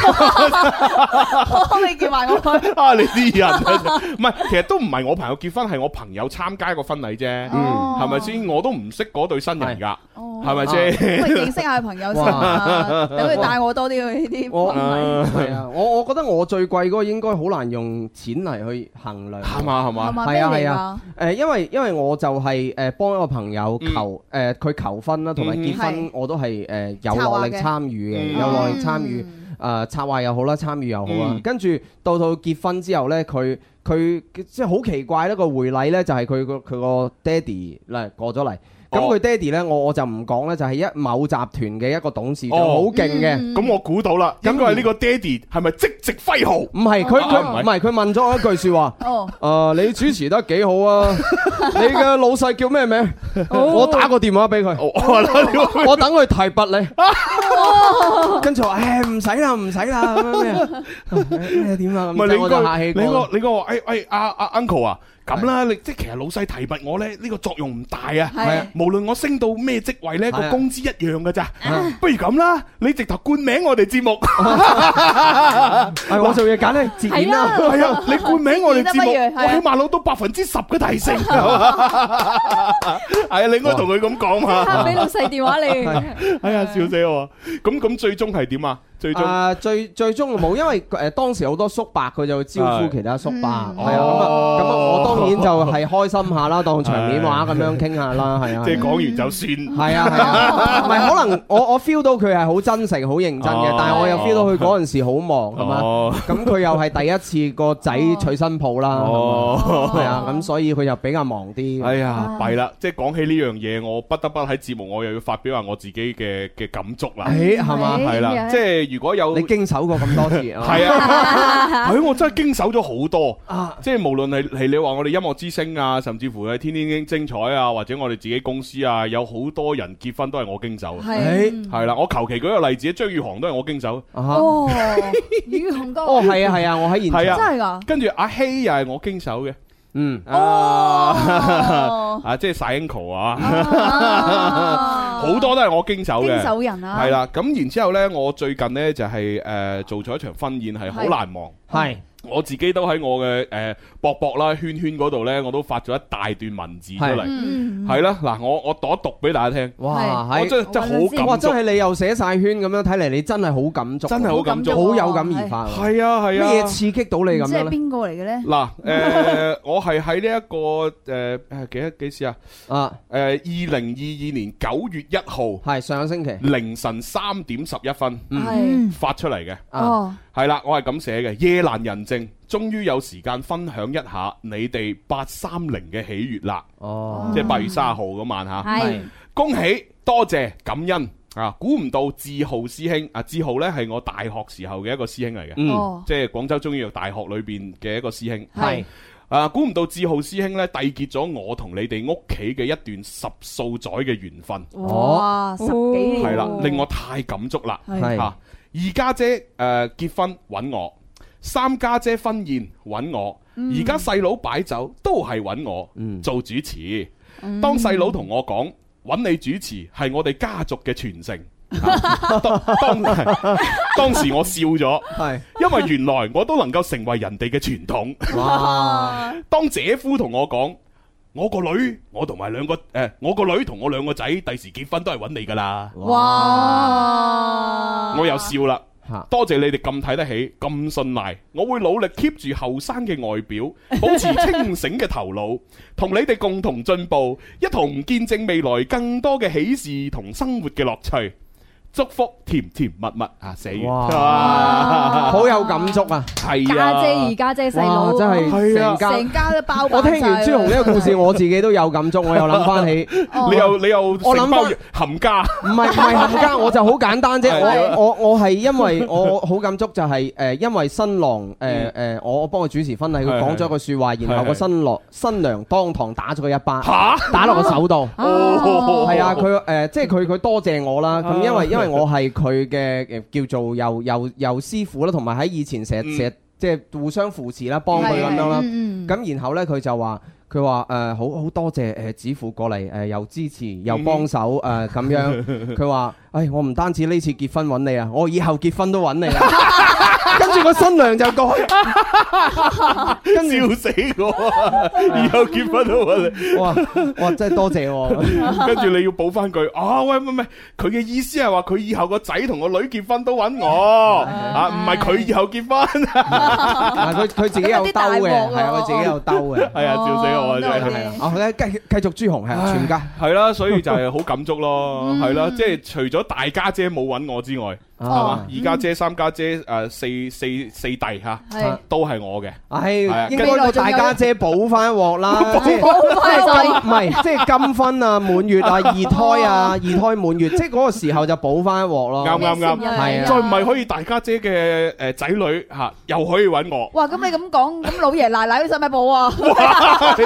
哦你叫埋我去。啊！ 你啲人唔係，其實都唔係我朋友結婚，係我朋友參加個婚禮啫，嗯係咪先？我都唔識嗰對新人㗎，哦係哦咪喂，認識先？下佢朋友先啊，哇 等佢帶我多啲去呢我啲婚禮。係啊，我我覺得我最貴嗰個應該好難用錢嚟去衡量，係嘛係嘛係嘛係啊咩嚟係㗎啊，誒因為因為我就係誒幫一個朋友嗯求誒佢求婚啦，同埋結嗯婚我都係誒有策劃落嘅力參與嗯嘅，有落力參與誒策劃又好啦，參與又好啊嗯，跟住到到結婚之後咧，佢。佢即係好奇怪呢個回禮咧就係佢個佢個爹哋嗱過咗嚟，咁哦佢爹哋咧我我就唔講咧，就係一某集團嘅一個董事長，哦好勁嘅。 咁我估到啦，應該係呢個爹哋係咪即席揮毫？唔係佢啊佢唔係佢問咗我一句說話。哦，誒，你主持得幾好啊？ 你嘅老細叫咩名？我打個電話俾佢，我等佢提拔哦你。跟住話，唉，唔使啦，唔使啦，咁樣咩啊？點啊？唔咁係你就我就客應氣該，你個過。你個話，誒誒阿阿 uncle 啊，咁啦，你即係其實老細提拔我咧，呢個作用唔大啊係啊。無論我升到咩職位咧，個係啊工資一樣㗎咋。不如咁啦，你直頭冠名我哋節 目。 係我做嘢揀咧，自然啦。係啊，你冠名我哋節目，自然啦不我如係啊起碼攞到百分之十嘅提 成。係啊，你應該同佢咁講啊嘛。俾老細電話你。哎呀，笑死我！咁咁最終係點啊？最終啊，最最終冇，因為誒當時好多叔伯，佢就會招呼其他叔伯，係嗯啊，咁啊，哦咁啊，我當然就係開心下啦，當場面話咁樣傾下啦，係啊，即係講完就算。係係啊係啊，唔係可能我我 feel 到佢係好真誠、好認真哦嘅，但係我又 feel 到佢嗰陣時好忙，係哦嘛？咁佢又係第一次個仔娶新抱啦，哦係啊，咁所以佢就比較忙啲。哎呀，弊啦！即係講起呢樣嘢，我不得不喺節目，我又要發表下我自己嘅嘅感觸啦。誒係嘛係啦，哎即係如果有你經手過咁 多次，係係啊， 係我真係經手咗好多啊，即係無論係係你話我哋音樂之星啊，甚至乎係天天精精彩啊，或者我哋自己公司啊，有好多人結婚都係我經手。係係啦，我求其舉個例子，張宇航都係我經手。嗯哦，宇雄哥，啊哦係啊係啊，我喺現係啊，真係㗎，啊跟住阿希又係我經手嘅。嗯，啊 哦啊，啊，即系 s i n c o 啊，好多都係我經手嘅，哦經手人啊係啦。咁然之後呢，我最近呢就係誒做咗一場婚宴，係好係難忘，係。我自己都喺我嘅誒博博啦、圈圈嗰度呢，我都發咗一大段文字出係嚟，嗯係啦。嗱，我我讀一讀俾大家聽。哇，我真係真係好哇！感真觸。係你又寫晒圈咁樣，睇嚟你真係好感觸，真係好感觸好有感而發。係啊係啊咩嘢刺激到你咁唔知係樣咧？邊個嚟嘅咧？嗱，誒， 我係喺呢一個誒誒幾多幾時啊？啊，誒，二零二二年九月一號，係上個星期凌晨三點十一分，係發出嚟嘅。哦，係啦，我係咁寫嘅。夜闌人靜，終於有時間分享一下你哋八三零嘅喜悅啦。哦啊即係八月三十號嗰晚吓。係恭喜，多謝感恩。啊！估唔到志浩師兄啊，志浩呢係我大學時候嘅一個師兄嚟嘅，嗯哦即係廣州中醫藥大學裏邊嘅一個師兄。係啊，估唔到志浩師兄呢締結咗我同你哋屋企嘅一段十數載嘅緣分。哦哇，十幾年係啦，喎令我太感觸啦。係嚇啊二家姐誒結婚揾我，三家姐婚宴揾我，嗯而家細佬擺酒都係揾我做主持。嗯當細佬同我講揾你主持係我哋家族嘅傳 承。啊當當 當時我笑咗，因為原來我都能夠成為人哋嘅傳統。哇！當姐夫同我講。我個女，我同埋兩個誒、呃我個女同我兩個仔，第時結婚都係揾你噶啦。哇！啊我又笑啦。多謝你哋咁睇得起，咁信賴，我會努力 keep 住後生嘅外 表，保持清醒嘅頭腦，同你哋共同進步，一同見證未來更多嘅喜事同生活嘅樂趣。祝福甜甜蜜蜜啊！死哇好有感觸啊！ 係啊，家姐二家姐細佬，哇真係係啊成家都爆我爆聽完朱紅呢個故事，我自己都有感觸，我又諗翻起哦。你又你又我諗承包翻冚家，唔係唔係冚家，我就好簡單啫。係啊我我我係因為我好感觸就係誒，因為新郎誒誒，我我幫佢主持婚禮，佢嗯係講咗一個説話，然後個係係新郎新娘當堂打咗佢一巴嚇， 啊打落個手度。哦係啊，佢誒即係佢佢多謝我啦。咁因啊為因為我係佢嘅誒叫做又又又師傅啦，同埋喺以前成日成日即係互相扶持啦，幫佢咁樣啦。嗯係係嗯嗯咁然後呢，佢就話。佢話誒好好多謝誒子父過嚟誒、又支持又幫手嗯誒咁 樣，佢話誒我唔單止呢次結婚揾你啊，我以後結婚都揾你啊。 跟住個新娘就講，跟笑死 我啊！以後結婚都揾你，哇哇真係多謝 喎。跟住你要補翻句啊！喂，唔係唔係，佢嘅意思係話佢以後個仔同個女結婚都揾 我啊，唔係佢以後結婚。啊佢佢自己有兜嘅，係啊佢自己有兜嘅，係啊笑死我啊真係係啊啊！咧繼繼續朱紅係啊全家。係啦，所以就係好感觸咯，嗯係啦，即係除咗大家姐冇揾我之外，係嘛啊，二家姐、三家姐、誒四四四弟嚇係，都係我嘅。唉，係啊應該跟個大家姐補翻鑊啦，補即係返即係鑊金唔係即係金婚啊、滿月啊、二胎啊、二胎滿月，即係嗰個時候就補翻鑊咯。啱啱啱，係啊，再唔係可以大家姐嘅誒呃仔女嚇，又可以揾我。哇！咁你咁講，咁老爺奶奶都使咪補啊？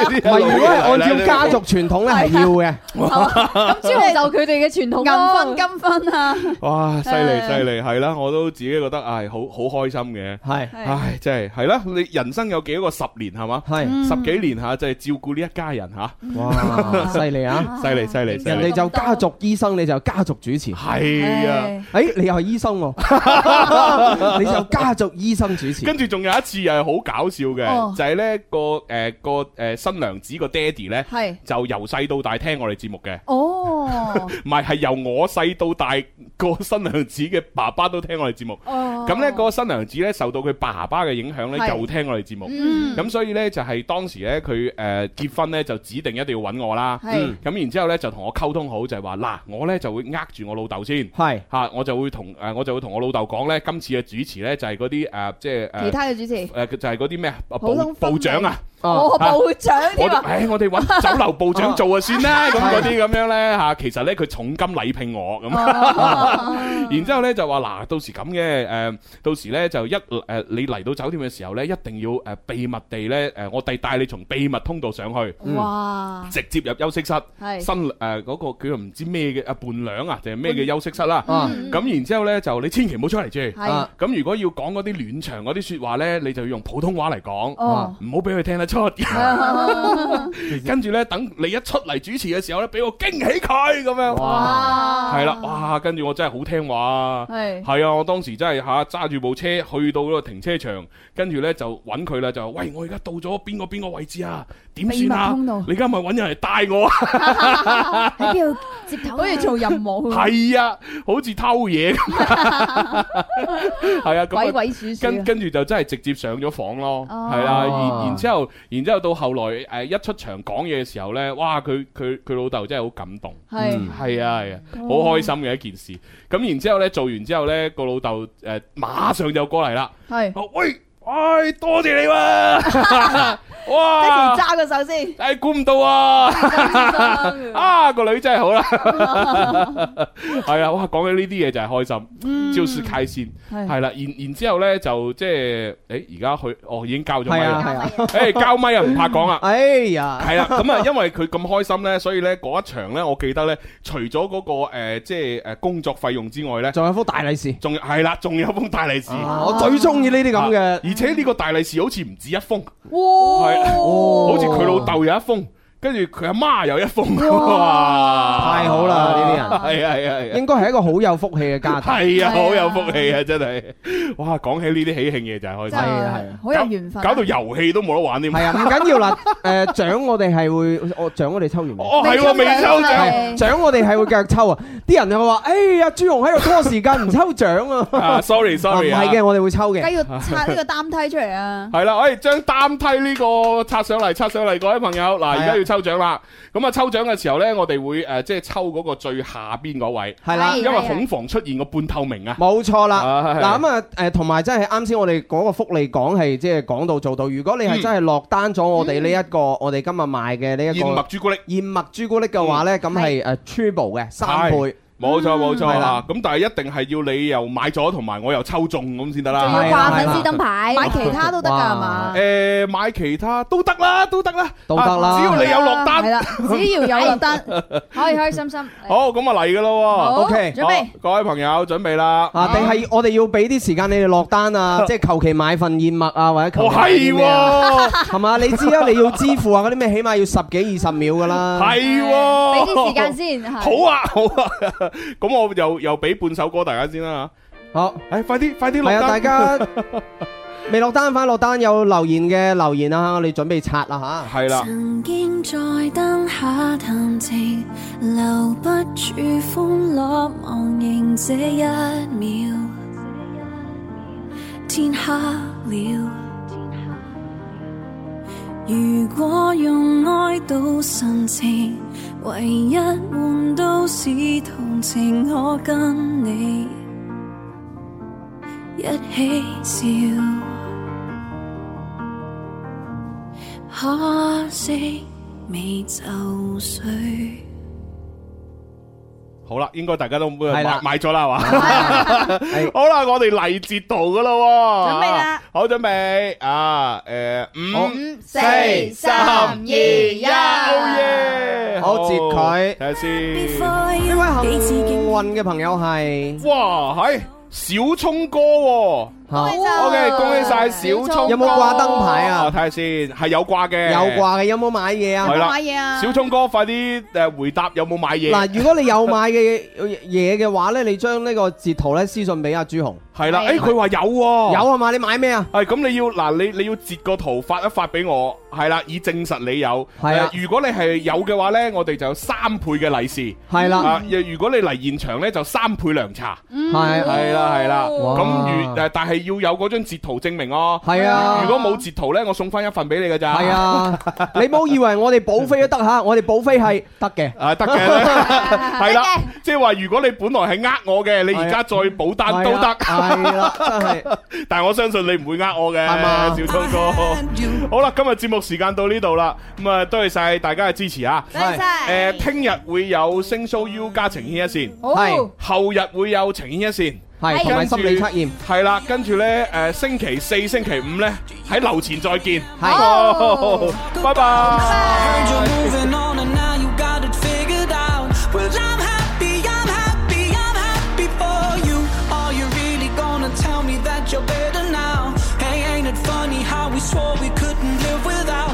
呢唔啲係係如果係按老爺奶奶照家族傳統咧係要嘅。咁朱紅就佢哋嘅傳統咯銀婚金婚啊！哇！犀利誒犀利，係啦，我都自己覺得唉，好好開心嘅。係，唉，真係係啦，你人生有幾多個十年係嘛？係嗯十幾年嚇，就係照顧呢一家人嚇。哇！犀利啊！犀利犀利犀利人哋就家族醫生，你就家族主持。係啊誒你又係醫生喎，你就家族醫生主持。跟住仲有一次又係好搞笑嘅，哦就係呢個誒個誒新娘子個爹哋呢，係就由細到大聽我哋節目嘅，哦，唔係係由我細到大個新娘子嘅爸爸都聽我哋節目。哦咁呢個新娘子呢，受到佢爸爸嘅影響呢，係又聽我哋節目。嗯咁所以呢，就係當時呢，佢誒結婚呢，就指定一定要揾我啦。係嗯咁然之後呢，就同我溝通好，就係話嗱，我呢就會呃住我老豆先。係嚇，我就會同誒我就會同我老豆講呢，今次嘅主持呢，就係嗰啲誒即係誒其他嘅主持誒就係嗰啲咩啊普通部部長啊，哦啊部長我添哋啊唉，我哋揾酒樓部長做啊算啦， 咁係嗰啲咁樣咧嚇，其實咧佢重金禮聘我哦咁， 然之後咧就話嗱，到時咁嘅誒，到時咧就一誒你嚟到酒店嘅時候咧，一定要誒秘密地咧誒，我哋帶你從秘密通道上去，哇！直接入休息室，係新誒嗰個叫唔知咩嘅啊伴娘啊定係咩嘅休息室啦。Ừ, 嗯咁然之後咧就你千祈唔好出嚟住。係哦咁如果要講嗰啲暖場嗰啲説話咧，你就要用普通話嚟講，哦唔好俾佢聽得 出。啊跟住呢，等你一出嚟主持嘅時候呢，俾我驚喜佢咁樣。哇係啦，哇！跟住我真係好聽話，係係啊！我當時真係吓揸住部車去到嗰個停車場，跟住呢就揾佢啦，就話喂，我而家到咗邊個邊個位置啊？點算秘密啊通道？你而家咪揾人嚟帶我啊？喺邊度接頭？啊好似做任務。係啊，好似偷嘢咁。 係啊，咁啊鬼鬼祟祟啊跟跟住就真係直接上咗房咯，哦係啦。然然之後，然之後到後來誒一出場講嘢嘅時候呢，哇！佢佢佢老豆真係好感動，係 Ừ. 嗯係啊係啊，好哦開心嘅一件事。咁然之後呢，做完之後呢，個老豆誒馬上就過嚟啦。哦係。喂，唉，多謝你喎！ 哇！揸個手先。唉，估唔到啊！啊，個女真係好 啦，係啊，哇！講起呢啲嘢就係開心，嗯就是開心，係係啦。然然之後咧就即係，誒而家去，哦已經交咗咪係啊係啦啊，誒交咪啊，唔怕講 啊。哎呀，係啦，咁啊，因為佢咁開心咧，所以咧嗰一場咧，我記得咧，除咗嗰個誒即係誒工作費用之外咧，仲有封大利是，仲係啦，仲有封大利是，啊我最中意呢啲咁嘅啊而且呢個大利是好似唔止一封。係，哇哦好似佢老豆有一封，跟住佢阿媽有一封，哇太好啦呢啲人係啊係啊係啊，應該係一個好有福氣嘅家庭。係啊，好有福氣啊，真係，哇！講起呢啲喜慶嘢就係開心，真係啊係啊好有緣分啊搞到遊戲都冇得玩添，係啊，唔緊要啦。 誒獎我哋係會，我獎我哋抽完。哦係喎未抽獎係獎我哋係會繼續抽啊！啲人就話：哎呀，朱紅喺度拖時間，唔抽獎啊！ 啊，sorry sorry 啊唔係嘅，我哋會抽嘅。梗要拆呢個擔梯出嚟啊！係啦，喂，將擔梯呢個拆上嚟，拆上嚟，各位朋友，嗱，而家要抽獎啦。咁啊，抽獎嘅時候呢，我哋會誒即係抽嗰個最下邊嗰位，係啦因為恐防出現個半透明啊。冇錯啦，啊嗱咁啊，誒同埋真係啱先我哋嗰個福利講係即係講到做到。如果你係真係落單咗我哋呢一個，我哋今日賣嘅呢一個燕麥朱古力，燕麥朱古力嘅話咧，咁係誒 triple 嘅三倍係。冇錯冇錯係啦啊！咁但係一定係要你又買咗，同埋我又抽中咁先得啦。仲要掛粉絲燈牌，買其他都得㗎係啊嘛？啊誒，買其他都得啦，都得啦，都得啦啊只要你有落單，係啦，只要有落單，開開心心。好，咁啊嚟噶咯好 OK 準備好各位朋友準備啦。哦啊！定係我哋要俾啲時間你哋落單啊，即係求其買份燕麥啊，或者求其買啲咩啊哦係喎係嘛？你知啦，你要支付啊，嗰啲咩起碼要十幾二十秒噶啦。 係喎俾啲時間先。哦好啊，好啊， 咁我又又俾半首歌大家先啦吓。好，誒，快啲快啲落係啊，單，大家未落單快落單，有留言嘅留言啊，我哋準備刷啦吓。係啦曾經在燈下談情，留不住歡樂，忘形這一秒。天黑了，如果用哀悼神情，唯一換到是同情，我跟你一起笑。可惜未就緒，好啦，應該大家都係啦買買咗啦，係 嘛？好啦，我哋嚟截圖噶咯喎，準備啦，好準備啊！誒，五五四三二一 Oh 好截佢睇下先。呢位幸運嘅朋友係哇，係小聰哥喎好 à. ，OK，恭喜晒小聰哥。有冇掛燈牌啊我睇下先，係有掛嘅，有掛嘅，有冇買嘢啊？係啦，à? 小聰哥，快啲誒回答有冇買嘢？嗱，如果你有買嘅 嘢嘅話咧，你將呢個截圖咧私信俾阿朱紅。係啦，誒佢話有喎，有啊嘛？你買咩啊？係咁，你要嗱，你你要截個圖發一發俾我，係啦，以證實你有。係啊誒如果你係有嘅話呢，我哋就有三倍嘅利是。係啦啊如果你嚟現場呢，就三倍涼茶。係係啦係啦，哦哇咁如誒，但係要有嗰張截圖證明哦。係啊如果冇截圖呢，我送翻一份俾你㗎咋。係啊，你唔好以為我哋補飛都得吓，我哋補飛係得嘅。啊 得嘅，係啦，即係話如果你本來係呃我嘅，你而家再嗯補單啊都得，係啦，真係。 但係我相信你唔會呃我嘅，係嘛小聰哥。好啦，今日節目時間到呢度啦，咁啊多謝晒大家嘅支持啊！多謝晒誒，聽日會有星 show U 加情牽一線，好係後日會有情牽一線。係同埋心理測驗，係啦，跟住呢，誒星期四、星期五呢，喺樓前再見，係好，拜拜。 You're moving on and now you got it figured out. Well, I'm happy, I'm happy, I'm happy for you. Are you really gonna tell me that you're better now? Hey, ain't it funny how we swore we couldn't live without?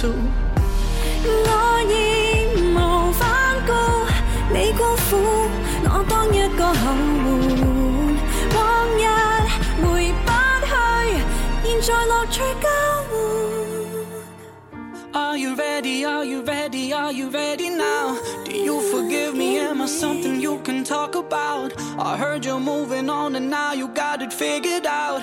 做。我已無反顧，你辜負我當一個後援。往日回不去，現在樂趣交換。 Are you ready? Are you ready? Are you ready now? Do you forgive me? Am I something you can talk about? I heard you're moving on and now you got it figured out.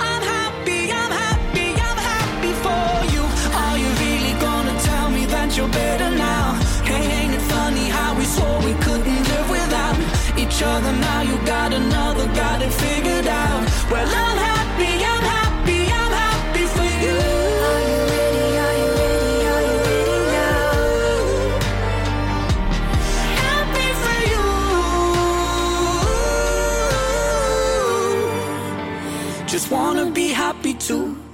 I'm happy, I'm happy, I'm happy for you. Are you really gonna tell me that you're better now? Hey, ain't it funny how we swore we couldn't live without each other? Now you got another, got it figured out. Well, I'm happy, I'm happy, I'm happy for you. Are you ready? Are you ready? Are you ready now? Happy for you. Just wanna be happy too.